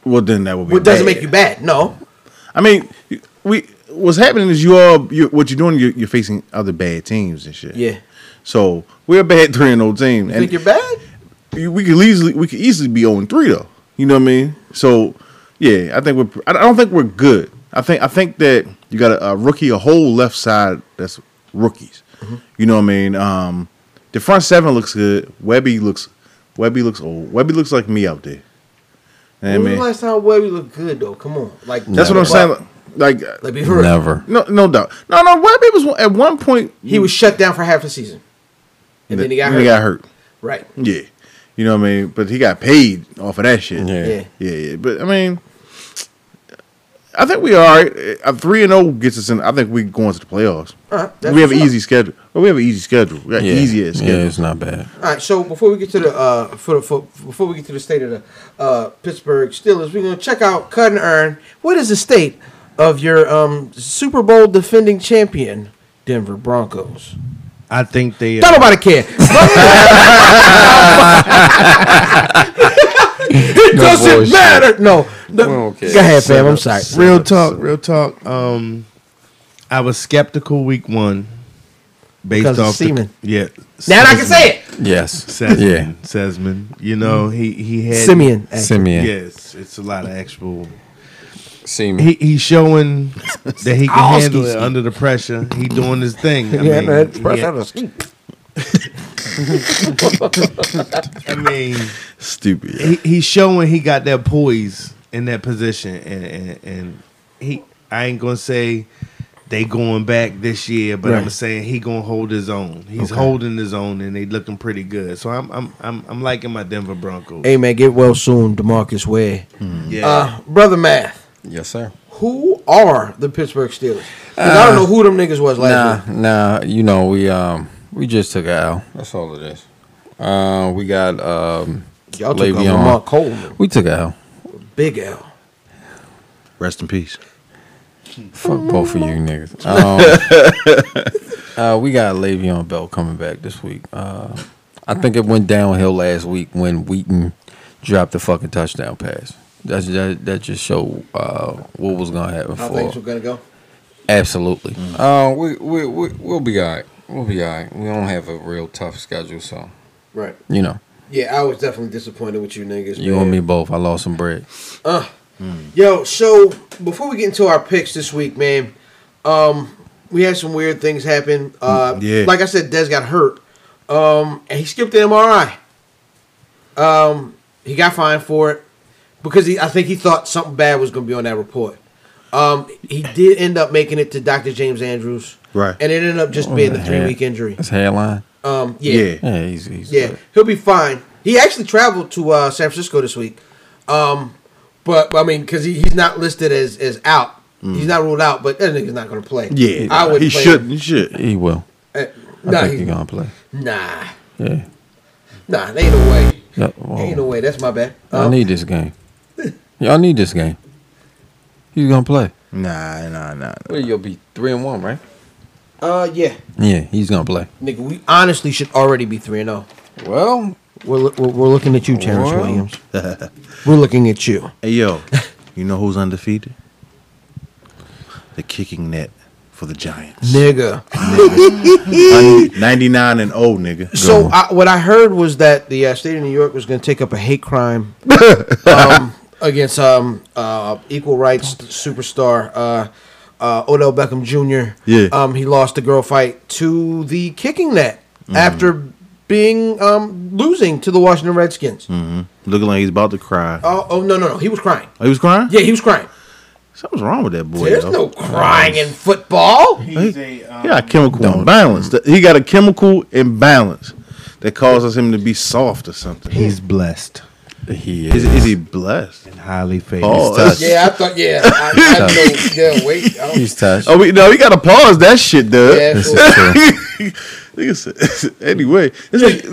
E: Well, then that would be.
A: What doesn't
E: bad.
A: make you bad? No.
E: I mean, we what's happening is you all you what you're doing. You're, you're facing other bad teams and shit.
A: Yeah.
E: So we're a bad three and O team,
A: You
E: and
A: think you're bad?
E: you- we could easily we could easily be on three though. You know what I mean? So yeah, I think we're. I don't think we're good. I think I think that you got a, a rookie, a whole left side that's rookies.
A: Mm-hmm.
E: You know what I mean? Um, the front seven looks good. Webby looks Webby looks old. Webby looks like me out there. You know
A: when
E: what I
A: was
E: mean?
A: the last time where we looked good though? Come on, like
E: That's what I'm saying. Like, like
A: Like be heard.
G: Never.
E: No, no doubt. No, no. Webby was at one point.
A: He was shut down for half the season, and then he got hurt. Hmm. Right.
E: Yeah, you know what I mean. But he got paid off of that shit.
G: Yeah.
A: Yeah.
E: yeah, yeah. But I mean, I think we are. A three and zero gets us in. I think we going to the playoffs.
A: All right. Uh, that's
E: we have an
A: what's up.
E: easy schedule. Well, we have an easy schedule. We got
G: Yeah.
E: easy ass schedule.
G: Yeah, it's not bad.
A: All right, so before we get to the uh, for, the- for before we get to the state of the uh, Pittsburgh Steelers, we're gonna check out Cut and Earn. What is the state of your um, Super Bowl defending champion, Denver Broncos?
H: I think they.
A: Don't nobody care. it doesn't
G: bullshit.
A: matter. No, no.
G: Okay.
A: go ahead, fam. I'm sorry.
H: real talk, real talk. Um, I was skeptical week one, based
A: Because of
H: off the-
A: Seaman.
H: yeah.
A: Now I can say it.
G: Yes. Yeah.
H: Sesman, Sesman. You know he he had
A: Simeon.
G: Simeon.
H: Yes, it's a lot of actual.
G: Simeon.
H: He he's showing that he can handle it under the pressure. He doing his thing. I mean, he had- I mean,
E: Stupid.
H: he, he's showing he got that poise in that position, and and, and he. I ain't gonna say they going back this year, but I'm
A: Right.
H: saying he gonna hold his own. He's holding his own, and they looking pretty good. So I'm I'm I'm, I'm liking my Denver Broncos.
A: Hey man, get well soon, Demarcus Ware.
H: Yeah,
A: Uh, brother Math,
G: Yes, sir.
A: who are the Pittsburgh Steelers? 'Cause I don't know who them niggas was last week.
G: Nah, nah. You know we um we just took a L. That's all it is. Uh, we got um
A: Y'all took
G: Le'Veon.
A: on Mark Coleman.
G: we took a L.
A: Big L.
E: Rest in peace.
A: Mm-hmm.
G: Fuck both of you niggas. Um, uh, we got Le'Veon Bell coming back this week. Uh, I think it went downhill last week when Wheaton dropped the fucking touchdown pass. That's, that that just showed uh, what was gonna happen
A: How
G: for.
A: things were Mm. gonna go.
G: Absolutely. Uh, we, we we we'll be all right. We'll be all right. We don't have a real tough schedule, so
A: Right.
G: you know
A: Yeah, I was definitely disappointed with you niggas.
G: you
A: man.
G: and me both. I lost some bread.
A: Uh,
E: Hmm.
A: Yo, so before we get into our picks this week, man, um, we had some weird things happen. Uh,
E: Mm, yeah.
A: Like I said, Des got hurt, um, and he skipped the MRI. Um, he got fined for it because he, I think he thought something bad was going to be on that report. Um, he did end up making it to Dr. James Andrews,
E: Right.
A: and it ended up just
G: Oh,
A: being a
G: yeah.
A: three week injury.
G: That's headline.
A: Um,
E: Yeah.
G: Yeah, he's, he's
A: Yeah,
G: good.
A: he'll be fine. He actually traveled to uh, San Francisco this week Um, but I mean, because he, he's not listed as as out. He's not ruled out, but that nigga's not gonna play.
E: Yeah,
A: I would.
E: He
A: play
E: shouldn't. He should.
G: He will.
A: Uh,
G: I
A: nah,
G: think
A: he-
G: he's gonna play.
A: Nah,
G: Yeah.
A: nah, there ain't no way.
G: Yeah,
A: Ain't
G: whoa.
A: no way. That's my bad. Um,
G: Y'all need this game. Y'all need this game. He's gonna play.
E: Nah, nah, nah.
G: Well, you'll be three and one, right?
A: Uh, yeah,
G: Yeah, he's gonna play.
A: nigga, we honestly should already be three and zero.
G: Well,
A: We're, lo- we're we're looking at you, Terrence
G: Well.
A: Williams. We're looking at you.
E: Hey yo, you know who's undefeated? The kicking net for the Giants.
A: Nigga.
E: Un- Ninety-nine and oh, nigga.
A: So I, what I heard was that the uh, state of New York was going to take up a hate crime um, against um, uh, equal rights superstar uh, uh, Odell Beckham Jr.
E: Yeah.
A: um, he lost the girl fight to the kicking net
G: Mm-hmm.
A: after being um, losing to the Washington Redskins.
G: Hmm.
E: Mhm. looking like he's about to cry.
A: Oh, oh no no no, he was crying.
E: Oh, he was crying.
A: Yeah, he was crying.
E: Something's wrong with that boy.
A: There's
E: yo.
A: no crying in football.
K: He's a, um,
E: Yeah, chemical imbalance. Th- He got a chemical imbalance that causes him to be soft or something.
H: He's blessed
G: He
E: Is, is he blessed?
H: and highly favored.
E: Oh, that's-
G: touched.
A: Yeah, I thought. Yeah, I, I know. Yeah, wait. I don't,
G: He's touched.
E: oh, we no, we gotta pause that shit, dude.
A: yeah,
G: This
A: so-
G: is true.
E: Nigga said- anyway, it's like,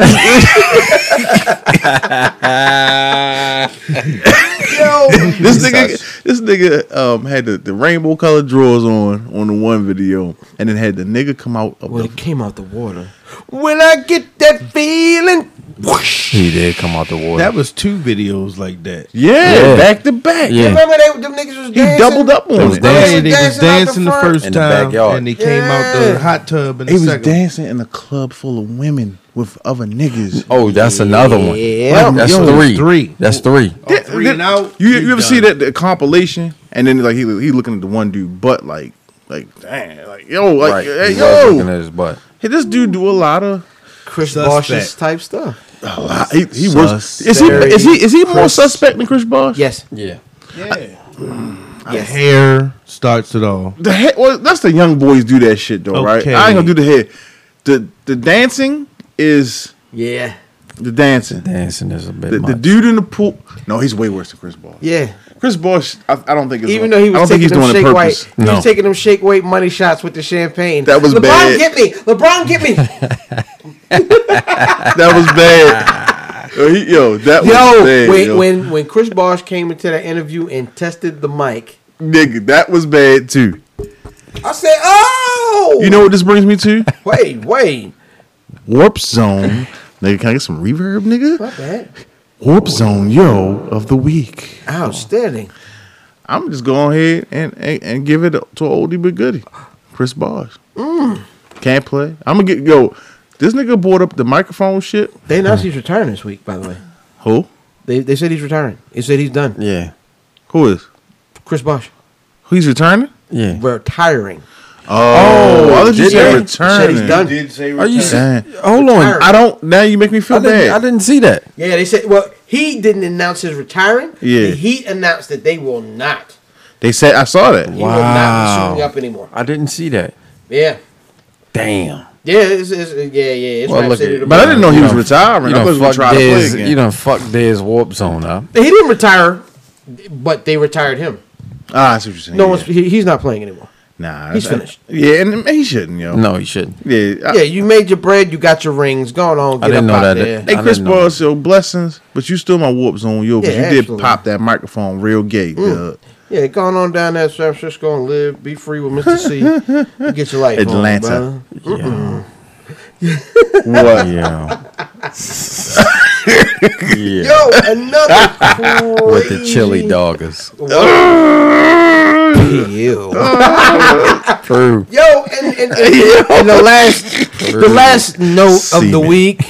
A: yo,
E: this nigga, this nigga um, had the, the rainbow colored drawers on on the one video, and then had the nigga come out of
A: when
E: the
A: it came out the water. When I get that feeling, whoosh.
G: He did come out the water.
H: That was two videos like that.
E: yeah,
G: Yeah.
E: back to back.
G: Yeah.
A: Remember they, them niggas was
E: he
A: dancing.
E: doubled up on
G: was
E: it.
G: dancing.
H: Yeah, they was
A: dancing out the
H: dancing the,
A: front.
H: first
G: In the
H: time,
G: backyard.
H: and they came out the
A: Yeah.
H: hot tub in the
E: He was
H: second.
E: dancing in a club full of women with other niggas.
G: Oh, that's another one.
A: Yeah.
G: that's
E: Yo,
G: three.
H: three.
G: That's three.
E: Yeah,
K: three
E: yeah.
K: and out,
E: You,
K: you
E: you
K: done.
E: ever see that the compilation? And then like he he looking at the one dude butt like like dang like yo like
G: right.
E: hey,
G: He was looking
E: yo
G: at his butt.
E: hey, this dude do a lot of
A: Chris
H: Suspect.
A: Bosh's type stuff.
E: a lot. He, he was is he is he is he more
A: Chris-
E: suspect than Chris Bosh?
A: Yes.
G: Yeah.
A: Yes.
H: Hair starts it all.
E: The head well that's the young boys do that shit though right. I ain't gonna do the head. The the dancing is
A: Yeah.
E: the dancing.
G: Dancing is a bit
E: The, the
G: much.
E: dude in the pool. No, he's way worse than Chris Bosh.
A: Yeah.
E: Chris Bosh, I, I don't think it's
A: Even though he
E: I
A: was
E: don't think
A: taking
E: he's
A: them
E: doing it
A: shake
E: purpose.
A: weight, he was taking them shake weight money shots with the champagne.
E: That was
A: LeBron
E: bad.
A: get me. LeBron get me.
E: That was bad. yo, he- yo, that was
A: yo,
E: bad.
A: when,
E: yo.
A: when when Chris Bosh came into that interview and tested the mic,
E: Nigga, that was bad too.
A: I said, "Oh,
E: You know what this brings me to?
A: wait, wait,
E: Warp Zone. nigga, can I get some reverb, nigga?
A: not bad,
E: Warp Zone, yo, of the week.
A: outstanding."
E: I'm just going ahead and, and, and give it to oldie but goodie. Chris Bosh.
A: Mm.
E: Can't play. I'm going to get, yo, this nigga brought up the microphone shit.
A: They announced he's retiring this week. By the way,
E: Who?
A: they they said he's retiring. They said he's done.
G: Yeah.
E: Who is?
A: Chris Bosh
E: Who he's returning?
G: Yeah.
A: retiring.
E: Oh, I thought you
G: did
E: said
G: they?
A: Said
E: returning.
A: he's done.
K: Did say
G: Are you?
K: return.
E: Damn.
G: Hold on.
A: Retired.
E: I don't, now you make me feel
G: I didn't, I
E: bad.
G: didn't see that.
A: Yeah, they said. Well, he didn't announce his retiring.
E: Yeah.
A: The Heat announced that they will not.
E: They said, I saw that.
A: He will not
G: Wow.
A: be suiting up anymore.
G: I didn't see that.
A: Yeah.
G: Damn.
A: Yeah, it's, it's, yeah, yeah. It's
G: Well,
A: Rap
G: look
A: City
G: at-
A: to
E: But I didn't
A: Brooklyn.
E: know he
G: You
E: was
G: done-
E: retiring.
G: You
E: I thought
G: done,
E: he was
G: fuck
E: trying to play
G: Dez,
E: again.
G: you done fucked Dez Warp Zone up.
A: he didn't retire, but they retired him.
E: Ah, I see what you're saying.
A: No
E: yeah.
A: one's he, he's not playing anymore.
E: Nah,
A: He's
E: I-
A: finished.
E: yeah, and he shouldn't, yo.
G: No, he shouldn't.
E: Yeah, I-
A: yeah, you made your bread, you got your rings. Go on, get
G: Uh, didn't
A: up
G: know
A: out
G: that.
A: there.
E: Hey,
G: I
E: Chris
G: didn't know
E: Boss, yo, blessings, but you still my warp zone, yo, because
A: Yeah,
E: you did
A: absolutely.
E: pop that microphone real gay, dude.
A: yeah, go on down there, to San Francisco, and live, be free with Mister C. You get your life, on,
E: Atlanta.
A: brother.
G: Yeah.
E: What?
G: Yeah. yeah.
A: Yo, another crazy
G: With the chili doggers.
A: Ew.
G: True.
A: Yo, and, and, and, and the last the last note of the
E: Semen.
A: week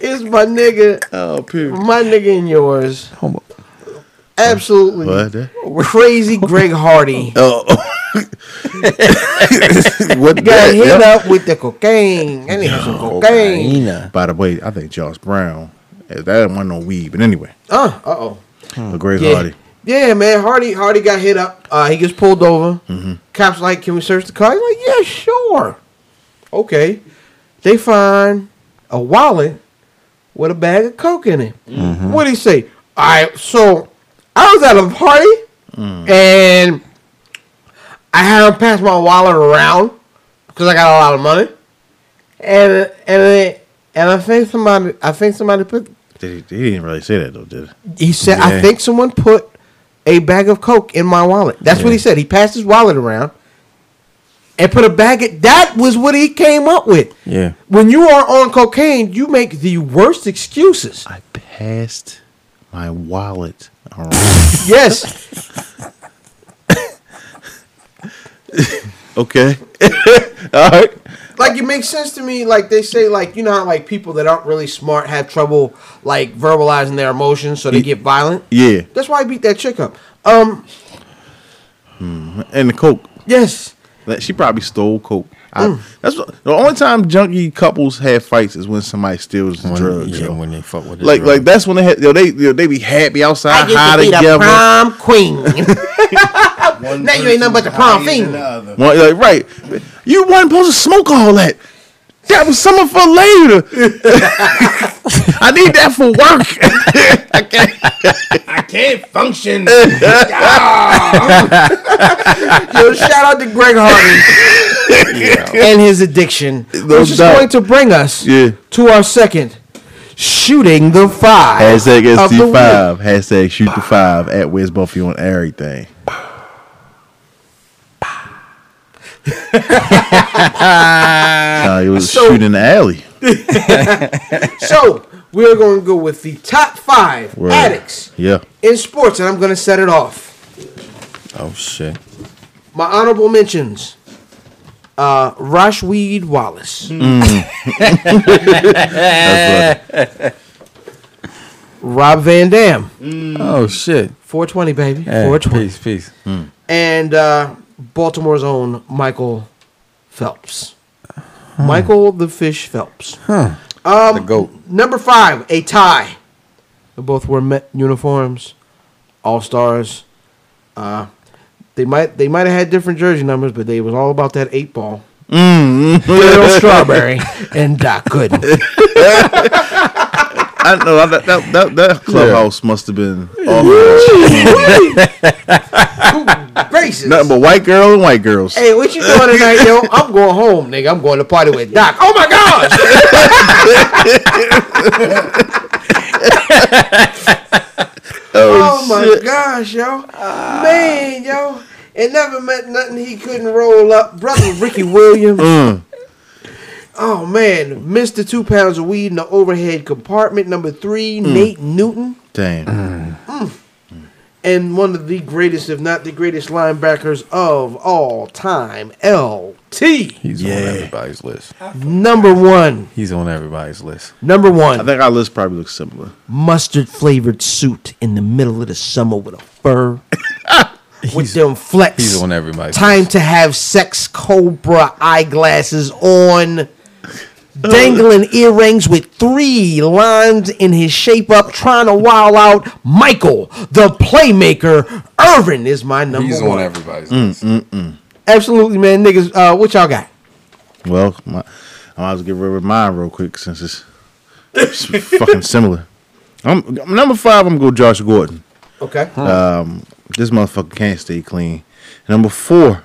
A: is my nigga,
E: Oh, period.
A: my nigga and yours. Absolutely
E: What? the-
A: crazy Greg Hardy
E: Oh. what the-
A: got hit
E: yep.
A: up with the cocaine. That nigga some cocaine.
G: Cocaina.
E: By the way, I think Josh Brown, eh, that wasn't no weed, but anyway,
A: Uh, uh oh.
H: Hmm.
E: the great
A: Yeah.
E: Hardy.
A: Yeah, man. Hardy Hardy got hit up. Uh, he gets pulled over. Cops like, can we search the car? He's like, yeah, sure. Okay. They find a wallet
L: with a bag of coke in it.
A: Mhm.
L: What do you say? All right, so I was at a party and I had him pass my wallet around because I got a lot of money, and and it, and I think somebody I think somebody put
E: Did he, he didn't really say that though, did
L: he? he said I
E: Yeah.
L: think someone put a bag of coke in my wallet. That's what he said. He passed his wallet around and put a bag. Of, that was what he came up with.
G: Yeah.
L: When you are on cocaine, you make the worst excuses. I
E: passed my wallet around.
L: yes.
E: Okay. All right.
A: Like it makes sense to me. Like they say, like you know how like people that aren't really smart have trouble like verbalizing their emotions, so they get violent.
E: Yeah.
A: That's why I beat that chick up. Um,
E: Hmm. And the coke.
L: Yes.
E: That she probably stole coke. I, That's what, the only time junkie couples have fights is when somebody steals the drugs. yo.
G: when they fuck with the
E: like
G: drug.
E: like that's when they had, yo, they yo, they be happy
L: I
E: outside
L: used
E: high
L: to be the
E: together.
L: prom queen. now you ain't nothing but the prom fiend.
E: One- like, right, you wasn't supposed to smoke all that. That was something for later. I need that for work. I can't.
K: I can't function.
L: Yo, shout out to Greg Harvey and his addiction, which is
A: doubt.
L: going to bring us to our second shooting the five.
E: Hashtag
L: of the week.
E: ST5. Hashtag shoot the five at Wiz Buffy on everything. nah, he was
A: So-
E: shooting in the alley.
A: so we're going to go with the top five
E: Word.
A: addicts
E: Yeah.
A: in sports, and I'm going to set it off.
G: Oh shit.
A: My honorable mentions: uh, Rashweed Wallace,
G: Mm.
A: Rob Van Dam.
G: Oh shit.
A: 420 baby,
G: Yeah,
A: 420,
G: Peace, peace.
A: and uh, Baltimore's own Michael Phelps. Michael the Fish Phelps.
G: Hmm. Huh.
A: Um,
G: The goat.
A: Number five, a tie. They both wore me- uniforms, all stars. Uh, they might they might have had different jersey numbers, but they was all about that eight ball.
E: Mm.
A: Little strawberry and Doc Gooden.
E: I don't know that that that, that clubhouse must have been all nothing but white girl and white girls.
A: Hey, what you doing tonight, yo? I'm going home, nigga. I'm going to party with Doc. Oh my gosh! oh my gosh, yo,
E: Ah.
A: man, yo, it never meant nothing. He couldn't roll up, brother Ricky Williams.
E: Mm.
A: Oh man, Mister Two Pounds of Weed in the overhead compartment. Number three,
E: Mm.
A: Nate Newton,
E: Damn.
A: and one of the greatest, if not the greatest, linebackers of all time, LT.
G: He's on everybody's list.
A: Number one.
G: He's on everybody's list.
A: Number one.
E: I think our list probably looks similar.
A: Mustard flavored suit in the middle of the summer with a fur. with them flex.
G: he's on everybody's
A: Time to have sex cobra eyeglasses on. Dangling earrings with three lines in his shape up, trying to wow out Michael, the playmaker. Irvin is my number
G: He's
A: one.
G: on everybody's
E: Mm, mm, mm.
A: Absolutely, man. Niggas, uh, what y'all got?
E: Well, my, I might as well get rid of mine real quick since it's, it's fucking similar. I'm number five. I'm gonna go Josh Gordon.
A: Okay.
E: Um, this motherfucker can't stay clean. Number four,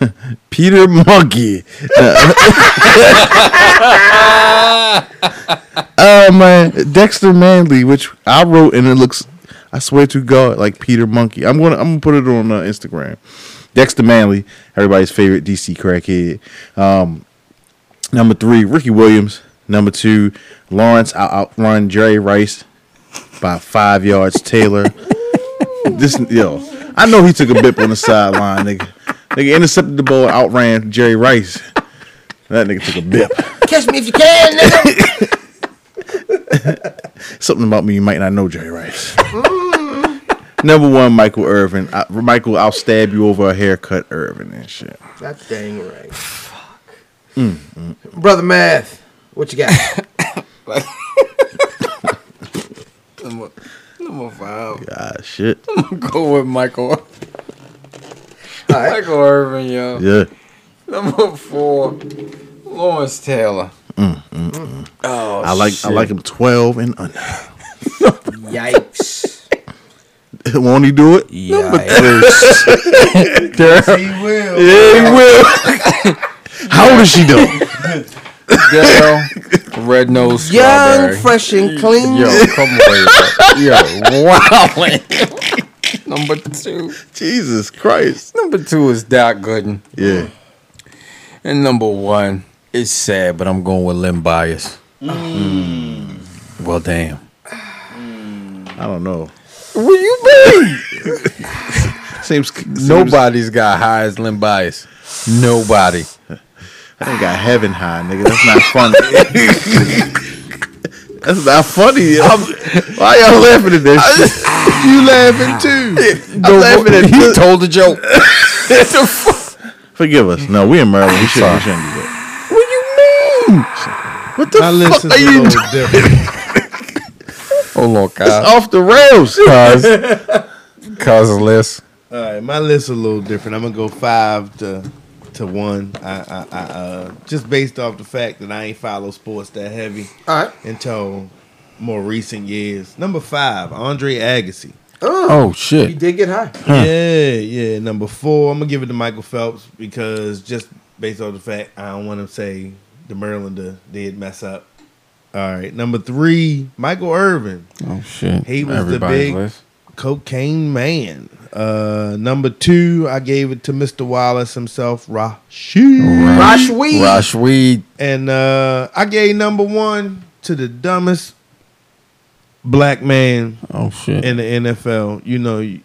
E: Peter Monkey. Uh, oh man, Dexter Manley, which I wrote and it looks, I swear to God, like Peter Monkey. I'm gonna I'm gonna put it on uh, Instagram. Dexter Manley, everybody's favorite DC crackhead. Um, number three, Ricky Williams. Number two, Lawrence. I outrun Jerry Rice by five yards. Taylor. this yo, I know he took a bip on the sideline, nigga. Nigga intercepted the ball, outran Jerry Rice. That nigga took a bip.
A: Catch me if you can, nigga.
E: Something about me you might not know, Jerry Rice. Number one, Michael Irvin. I, Michael, I'll stab you over a haircut, Irvin and shit.
A: That's dang right.
E: Mm, mm.
A: Brother Math, what you got?
G: Number, number five.
E: Ah, shit.
G: I'm going with Michael. Michael Irvin, yo.
E: Yeah.
G: Number four, Lawrence Taylor.
E: Mm, mm, mm.
M: Oh,
E: I like I like
M: shit.
E: him twelve and under.
M: Yikes.
E: Won't he do it? Number three.
G: Yes,
E: Girl.
G: he will.
E: Yeah, he will. How old is she though?
G: Girl, red nose
A: Young,
G: strawberry.
A: fresh, and clean.
G: Yo, come on, yo, yo wow. Number two,
E: Jesus Christ.
G: Number two is Doc Gooden.
E: Yeah,
G: and number one, it's sad, but I'm going with Lim Bias. Well, damn.
E: I don't know.
G: Where you been?
E: Seems
G: nobody's got high as Lim Bias. Nobody.
E: I ain't got heaven high, nigga. That's not funny. That's not funny. I'm- why y'all laughing at this? shit? you laughing too? I'm laughing at
G: he
E: the-
G: told a joke.
E: Forgive us. No, we in Maryland. We shouldn't, we shouldn't do that. What the
H: My list
E: fuck
H: is
E: are
H: a
E: you
H: little
E: doing?
G: Oh Lord,
E: It's
G: Kyle.
E: off the rails.
G: Cause, cause of list.
H: All right, my list a little different. I'm gonna go five to to one. I, I, I uh, just based off the fact that I ain't follow sports that heavy
A: All right.
H: until more recent years. Number five, Andre Agassi.
G: Oh, shit.
M: He did get high.
H: Yeah, yeah. Number four, I'm gonna give it to Michael Phelps because just based off the fact I don't want to say the Marylander did mess up. All right, number three, Michael Irvin.
G: Oh shit!
H: He was
G: Everybody's
H: the big
G: list.
H: cocaine man. Uh, number two, I gave it to Mr. Wallace himself, Rashid.
A: Rashweed.
G: Rashweed.
H: And uh, I gave number one to the dumbest black man
G: Oh shit!
H: in the NFL. You know, you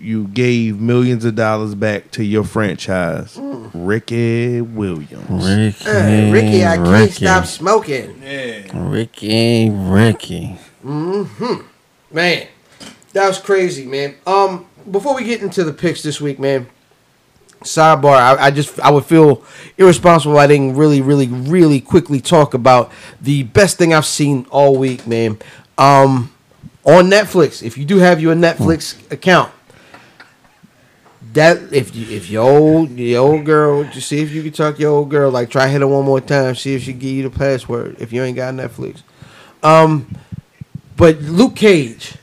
H: you gave millions of dollars back to your franchise, Ricky Williams.
G: Ricky,
A: Uh,
E: Mm,
A: Ricky, I can't
G: Ricky,
A: stop smoking. Yeah.
G: Ricky, Ricky.
A: hmm Man, that was crazy, man. Um, before we get into the picks this week, man. Sidebar: I, I just I would feel irresponsible. if I didn't really, really, really quickly talk about the best thing I've seen all week, man. Um, on Netflix, if you do have your Netflix account, that if you, if your old your old girl, just see if you can talk to your old girl. Like try hit her one more time. See if she give you the password. If you ain't got Netflix, um, but Luke Cage,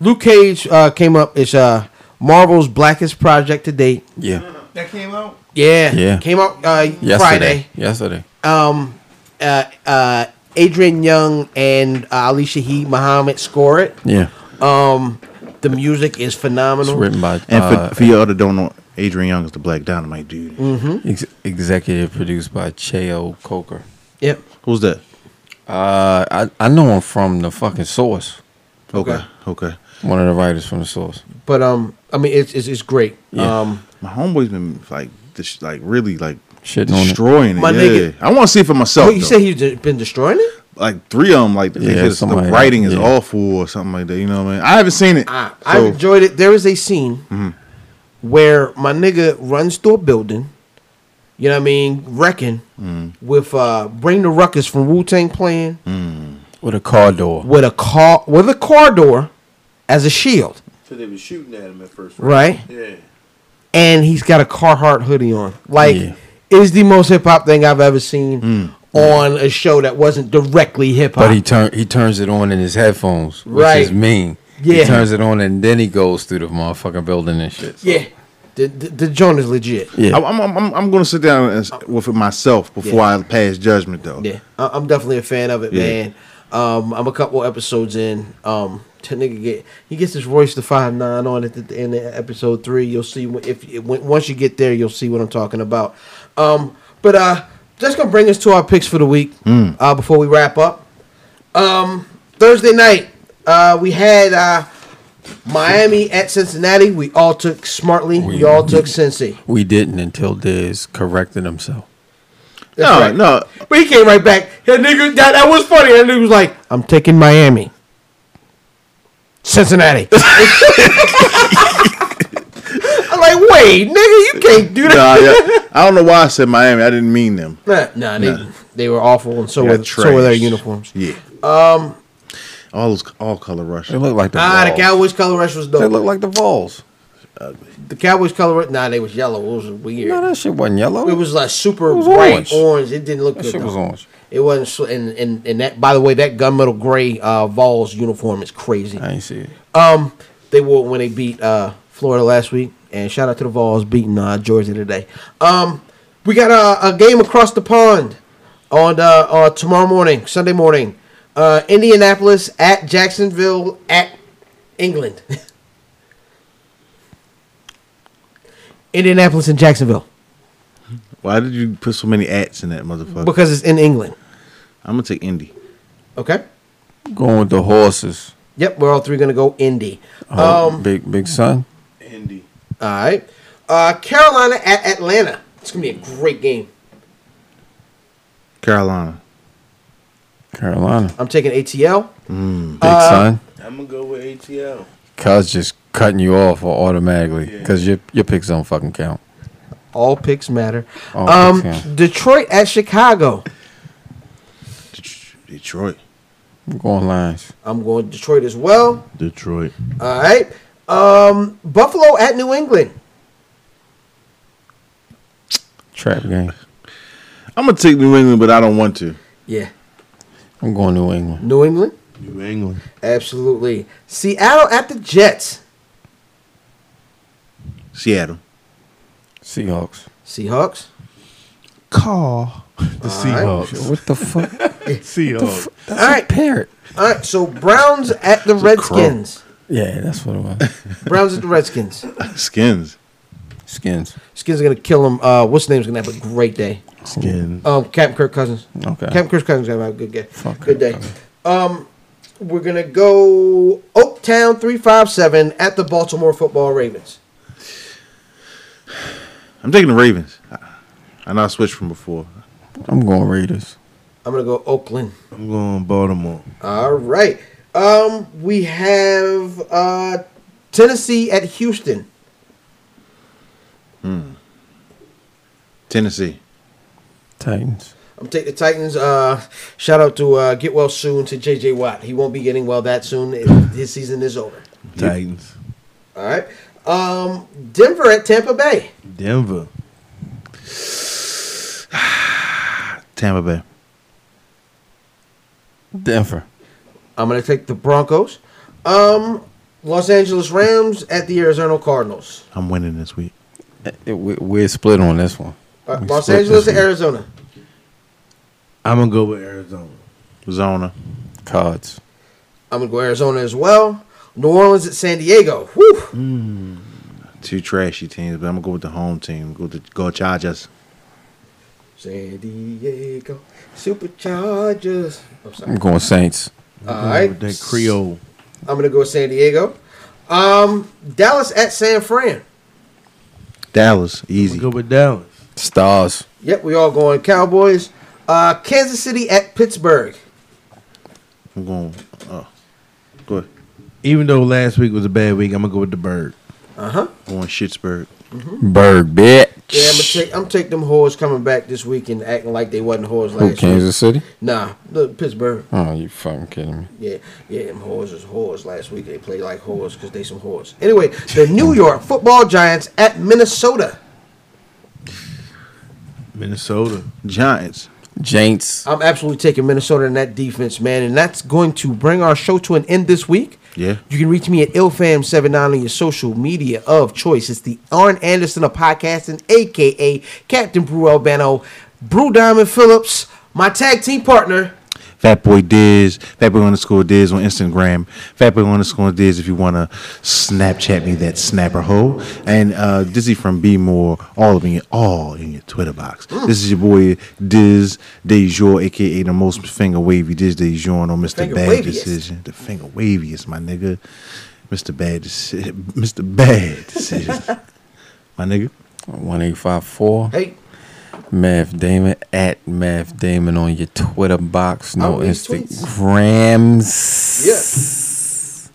A: Luke Cage uh, came up. It's uh Marvel's blackest project to date.
G: Yeah.
H: That came out.
A: Yeah,
G: Yeah.
A: Came out uh,
G: Yesterday.
A: Friday.
G: Yesterday.
A: Um, uh, uh, Adrian Young and uh, Ali Shaheed Muhammad score it.
G: Yeah.
A: Um, the music is
E: It's
A: phenomenal.
G: written by
E: And for,
G: uh,
E: for y'all that don't know, Adrian Young is the Black Dynamite dude.
A: Mm-hmm.
G: Ex- executive produced by Cheo Coker.
A: Yep.
E: Who's that?
G: Uh, I I know him from the fucking source.
E: Okay, okay.
G: One of the writers from the source.
A: But um, I mean, it's it's, it's great.
G: Yeah.
A: Um,
E: my homeboy's been like, dis- like really like
G: Shitting on it.
E: destroying it.
A: My
E: yeah.
A: nigga-
E: I want to see it for myself.
A: Wait, you
E: though.
A: say he's de- been destroying it?
E: like three of them, like they
G: Yeah,
E: said the
G: something like that.
E: writing is
G: Yeah.
E: awful or something like that. You know what I mean? I haven't seen it.
A: I, I enjoyed it. There is a scene
G: Mm-hmm.
E: Mhm.
A: where my nigga runs through a building. You know what I mean? Wrecking
G: Mm-hmm.
A: with uh, Bring the Ruckus from Wu Tang playing.
G: With a car door.
A: with a car with a car door as a shield,
N: So they was shooting at him at first.
A: right?
N: Yeah.
A: And he's got a Carhartt hoodie on. Like
G: Yeah. Mm.
A: it is the most hip hop thing I've ever seen on a show that wasn't directly hip hop.
G: But he turn he turns it on in his headphones, which
A: Right.
G: is mean.
A: Yeah.
G: He turns it on and then he goes through the motherfucking building and shit.
A: yeah, the, the the joint is legit.
G: Yeah.
E: I, am I'm, I'm, I'm going to sit down and, s- with it myself before I pass judgment, though.
A: Yeah, I, I'm definitely a fan of it,
E: Yeah.
A: man. Um, I'm a couple episodes in. Um, to nigga get he gets his voice to five nine on at the end of episode three. You'll see wh- if it- when, once you get there, you'll see what I'm talking about. Um, but uh, that's gonna bring us to our picks for the week.
E: Mm.
A: Uh, before we wrap up, um, Thursday night uh, we had uh, Miami at Cincinnati. We all took smartly. We, all took Cincy.
G: We didn't until Diz corrected himself.
A: That's
E: no,
A: right.
E: no.
A: But he came right back. That nigga, that, that was funny. That nigga was like, I'm taking Miami. Cincinnati. I'm like, wait, nigga, you can't do
E: Nah,
A: that.
E: yeah. I don't know why I said Miami. I didn't mean them.
A: Nah, nah, they, they were awful, and so
E: They
A: were
E: got
A: so were their
E: trashed.
A: uniforms.
E: Yeah.
A: Um,
E: All those all color rush.
G: They look like the
A: ah, the
G: Vols.
A: Cowboys color rush was dope.
G: They look like the Vols.
A: the Cowboys color rush, nah, they was yellow. It was weird.
G: No, that shit wasn't yellow.
A: It was like super
G: It was
A: bright orange.
G: orange.
A: It didn't look
G: That
A: good.
G: shit was
A: though.
G: orange.
A: It wasn't. Sl- and, and and that. By the way, that gunmetal gray uh, Vols uniform is crazy.
G: I ain't see it.
A: Um, they wore it when they beat uh Florida last week. And shout out to the Vols beating uh, Georgia today. Um, we got a, a game across the pond on uh, uh tomorrow morning, Sunday morning. Uh, Indianapolis at Jacksonville at England. Indianapolis and Jacksonville.
E: Why did you put so many ats in that motherfucker?
A: Because it's in England.
E: I'm gonna take Indy.
A: Okay.
G: Going with the horses.
A: Yep, we're all three gonna go Indy.
G: Oh,
A: um,
G: big big son.
A: all right. Uh, Carolina at Atlanta. It's gonna be a great game.
E: Carolina.
G: Carolina.
A: I'm taking ATL.
G: Mm, big
A: Uh,
G: son.
O: I'm gonna go with ATL.
G: Cuz just cutting you off automatically because your your picks don't fucking count.
A: All picks matter.
G: All
A: um,
G: picks count.
A: Detroit at Chicago.
E: Detroit.
G: I'm going lines.
A: I'm going Detroit as well.
E: Detroit.
A: All right. Um, Buffalo at New England.
G: Trap game.
E: I'm gonna take New England, but I don't want to.
A: Yeah.
G: I'm going New England.
A: New England.
E: New England.
A: Absolutely. Seattle at the Jets.
E: Seattle.
G: Seahawks.
A: Seahawks.
H: Call the
A: Alright.
H: Seahawks.
G: What the fuck?
H: Seahawks.
A: All right.
G: Parrot.
A: All right. So Browns at the Redskins.
G: Yeah, that's what it was.
A: Browns at the Redskins.
E: Skins.
G: Skins.
A: Skins are gonna kill him. Uh, what's his name's gonna have a great day.
H: Skin.
A: Um, Captain Kirk Cousins.
G: Okay.
A: Captain Kirk Cousins gonna have a good day. good day. Um, we're gonna go Oaktown three five seven at the Baltimore Football Ravens.
E: I'm taking the Ravens. I, I know I switched from before.
G: I'm going Raiders.
A: I'm gonna go Oakland.
H: I'm going Baltimore.
A: All right. Um, we have uh Tennessee at Houston.
E: Tennessee.
G: Titans.
A: I'm taking the Titans. Uh, shout out to uh, get well soon to JJ Watt. He won't be getting well that soon. His season is over.
H: Titans.
A: All right. Um, Denver at Tampa Bay.
H: Denver.
E: Tampa Bay.
G: Denver.
A: I'm going to take the Broncos. Um, Los Angeles Rams at the Arizona Cardinals.
E: I'm winning this week.
G: Eh, eh, we, we're split on this one.
A: Uh,
G: We
A: Los
G: split
A: Angeles
G: this
A: at
G: one.
A: Arizona.
H: I'm gonna go with Arizona.
E: Zona.
G: Cards.
A: I'm going to go Arizona as well. New Orleans at San Diego. Whew.
E: Two trashy teams, but I'm gonna go with the home team. Go to go Chargers.
A: San Diego Superchargers. I'm sorry.
G: I'm going Saints.
A: All right.
H: That Creole.
A: I'm going to go San Diego. Um, Dallas at San Fran.
E: Dallas. Easy.
H: Go with Dallas.
G: Stars.
A: Yep, we all going Cowboys. Uh, Kansas City at Pittsburgh.
E: I'm going. Oh, go ahead.
H: Even though last week was a bad week, I'm gonna go with the bird.
A: Uh huh.
E: Going Schittsburg.
G: Bird, bitch.
A: Yeah, I'm gonna take I'm take them whores coming back this week and acting like they wasn't whores last
G: Who, Kansas
A: week.
G: City?
A: Nah, look, Pittsburgh.
G: Oh, you fucking kidding me.
A: Yeah, yeah, them whores is whores last week. They played like whores because they some whores. Anyway, the New York Football Giants at Minnesota.
H: Minnesota.
E: Giants.
G: Jaints.
A: I'm absolutely taking Minnesota in that defense, man, and that's going to bring our show to an end this week.
E: Yeah.
A: You can reach me at illfam79 on your social media of choice. It's the Arn Anderson of podcasting, aka Captain Brew Albano, Brew Diamond Phillips, my tag team partner.
E: Fatboy Diz, Fatboy underscore Diz on Instagram, Fatboy underscore Diz if you want to Snapchat me that snapper hole, and uh, Dizzy from B More, all of you, all in your Twitter box. This is your boy Diz Dejour, aka the most finger wavy Diz Dejour on Mr.
A: Finger
E: Bad
A: waviest.
E: Decision, the finger waviest, my nigga, Mr. Bad Decision, Mr. Bad Decision, my nigga.
G: 1854.
A: Hey,
G: Math Damon at Math Damon on your Twitter box. No
A: I'll read tweets.
G: Instagrams.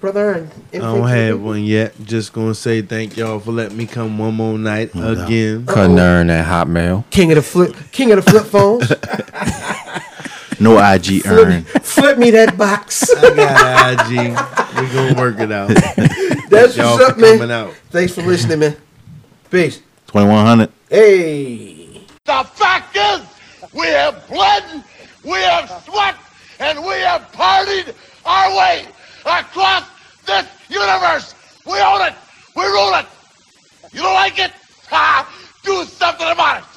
A: brother. And
H: I don't have one yet. Just gonna say thank y'all for letting me come one more night again.
G: Couldn't earn that Hotmail.
A: King of the flip, king of the flip phones.
E: No IG earn.
A: flip me that box.
H: I got IG. We gonna work it out.
A: That's
H: Y'all
A: what's up,
H: for
A: man.
H: coming out.
A: Thanks for listening, man. Peace.
E: 2100.
A: Hey.
P: The fact is, we have bled
Q: We have sweat and we have partied our way across this universe. We own it. We rule it. You don't like it? Ha! Do something about it.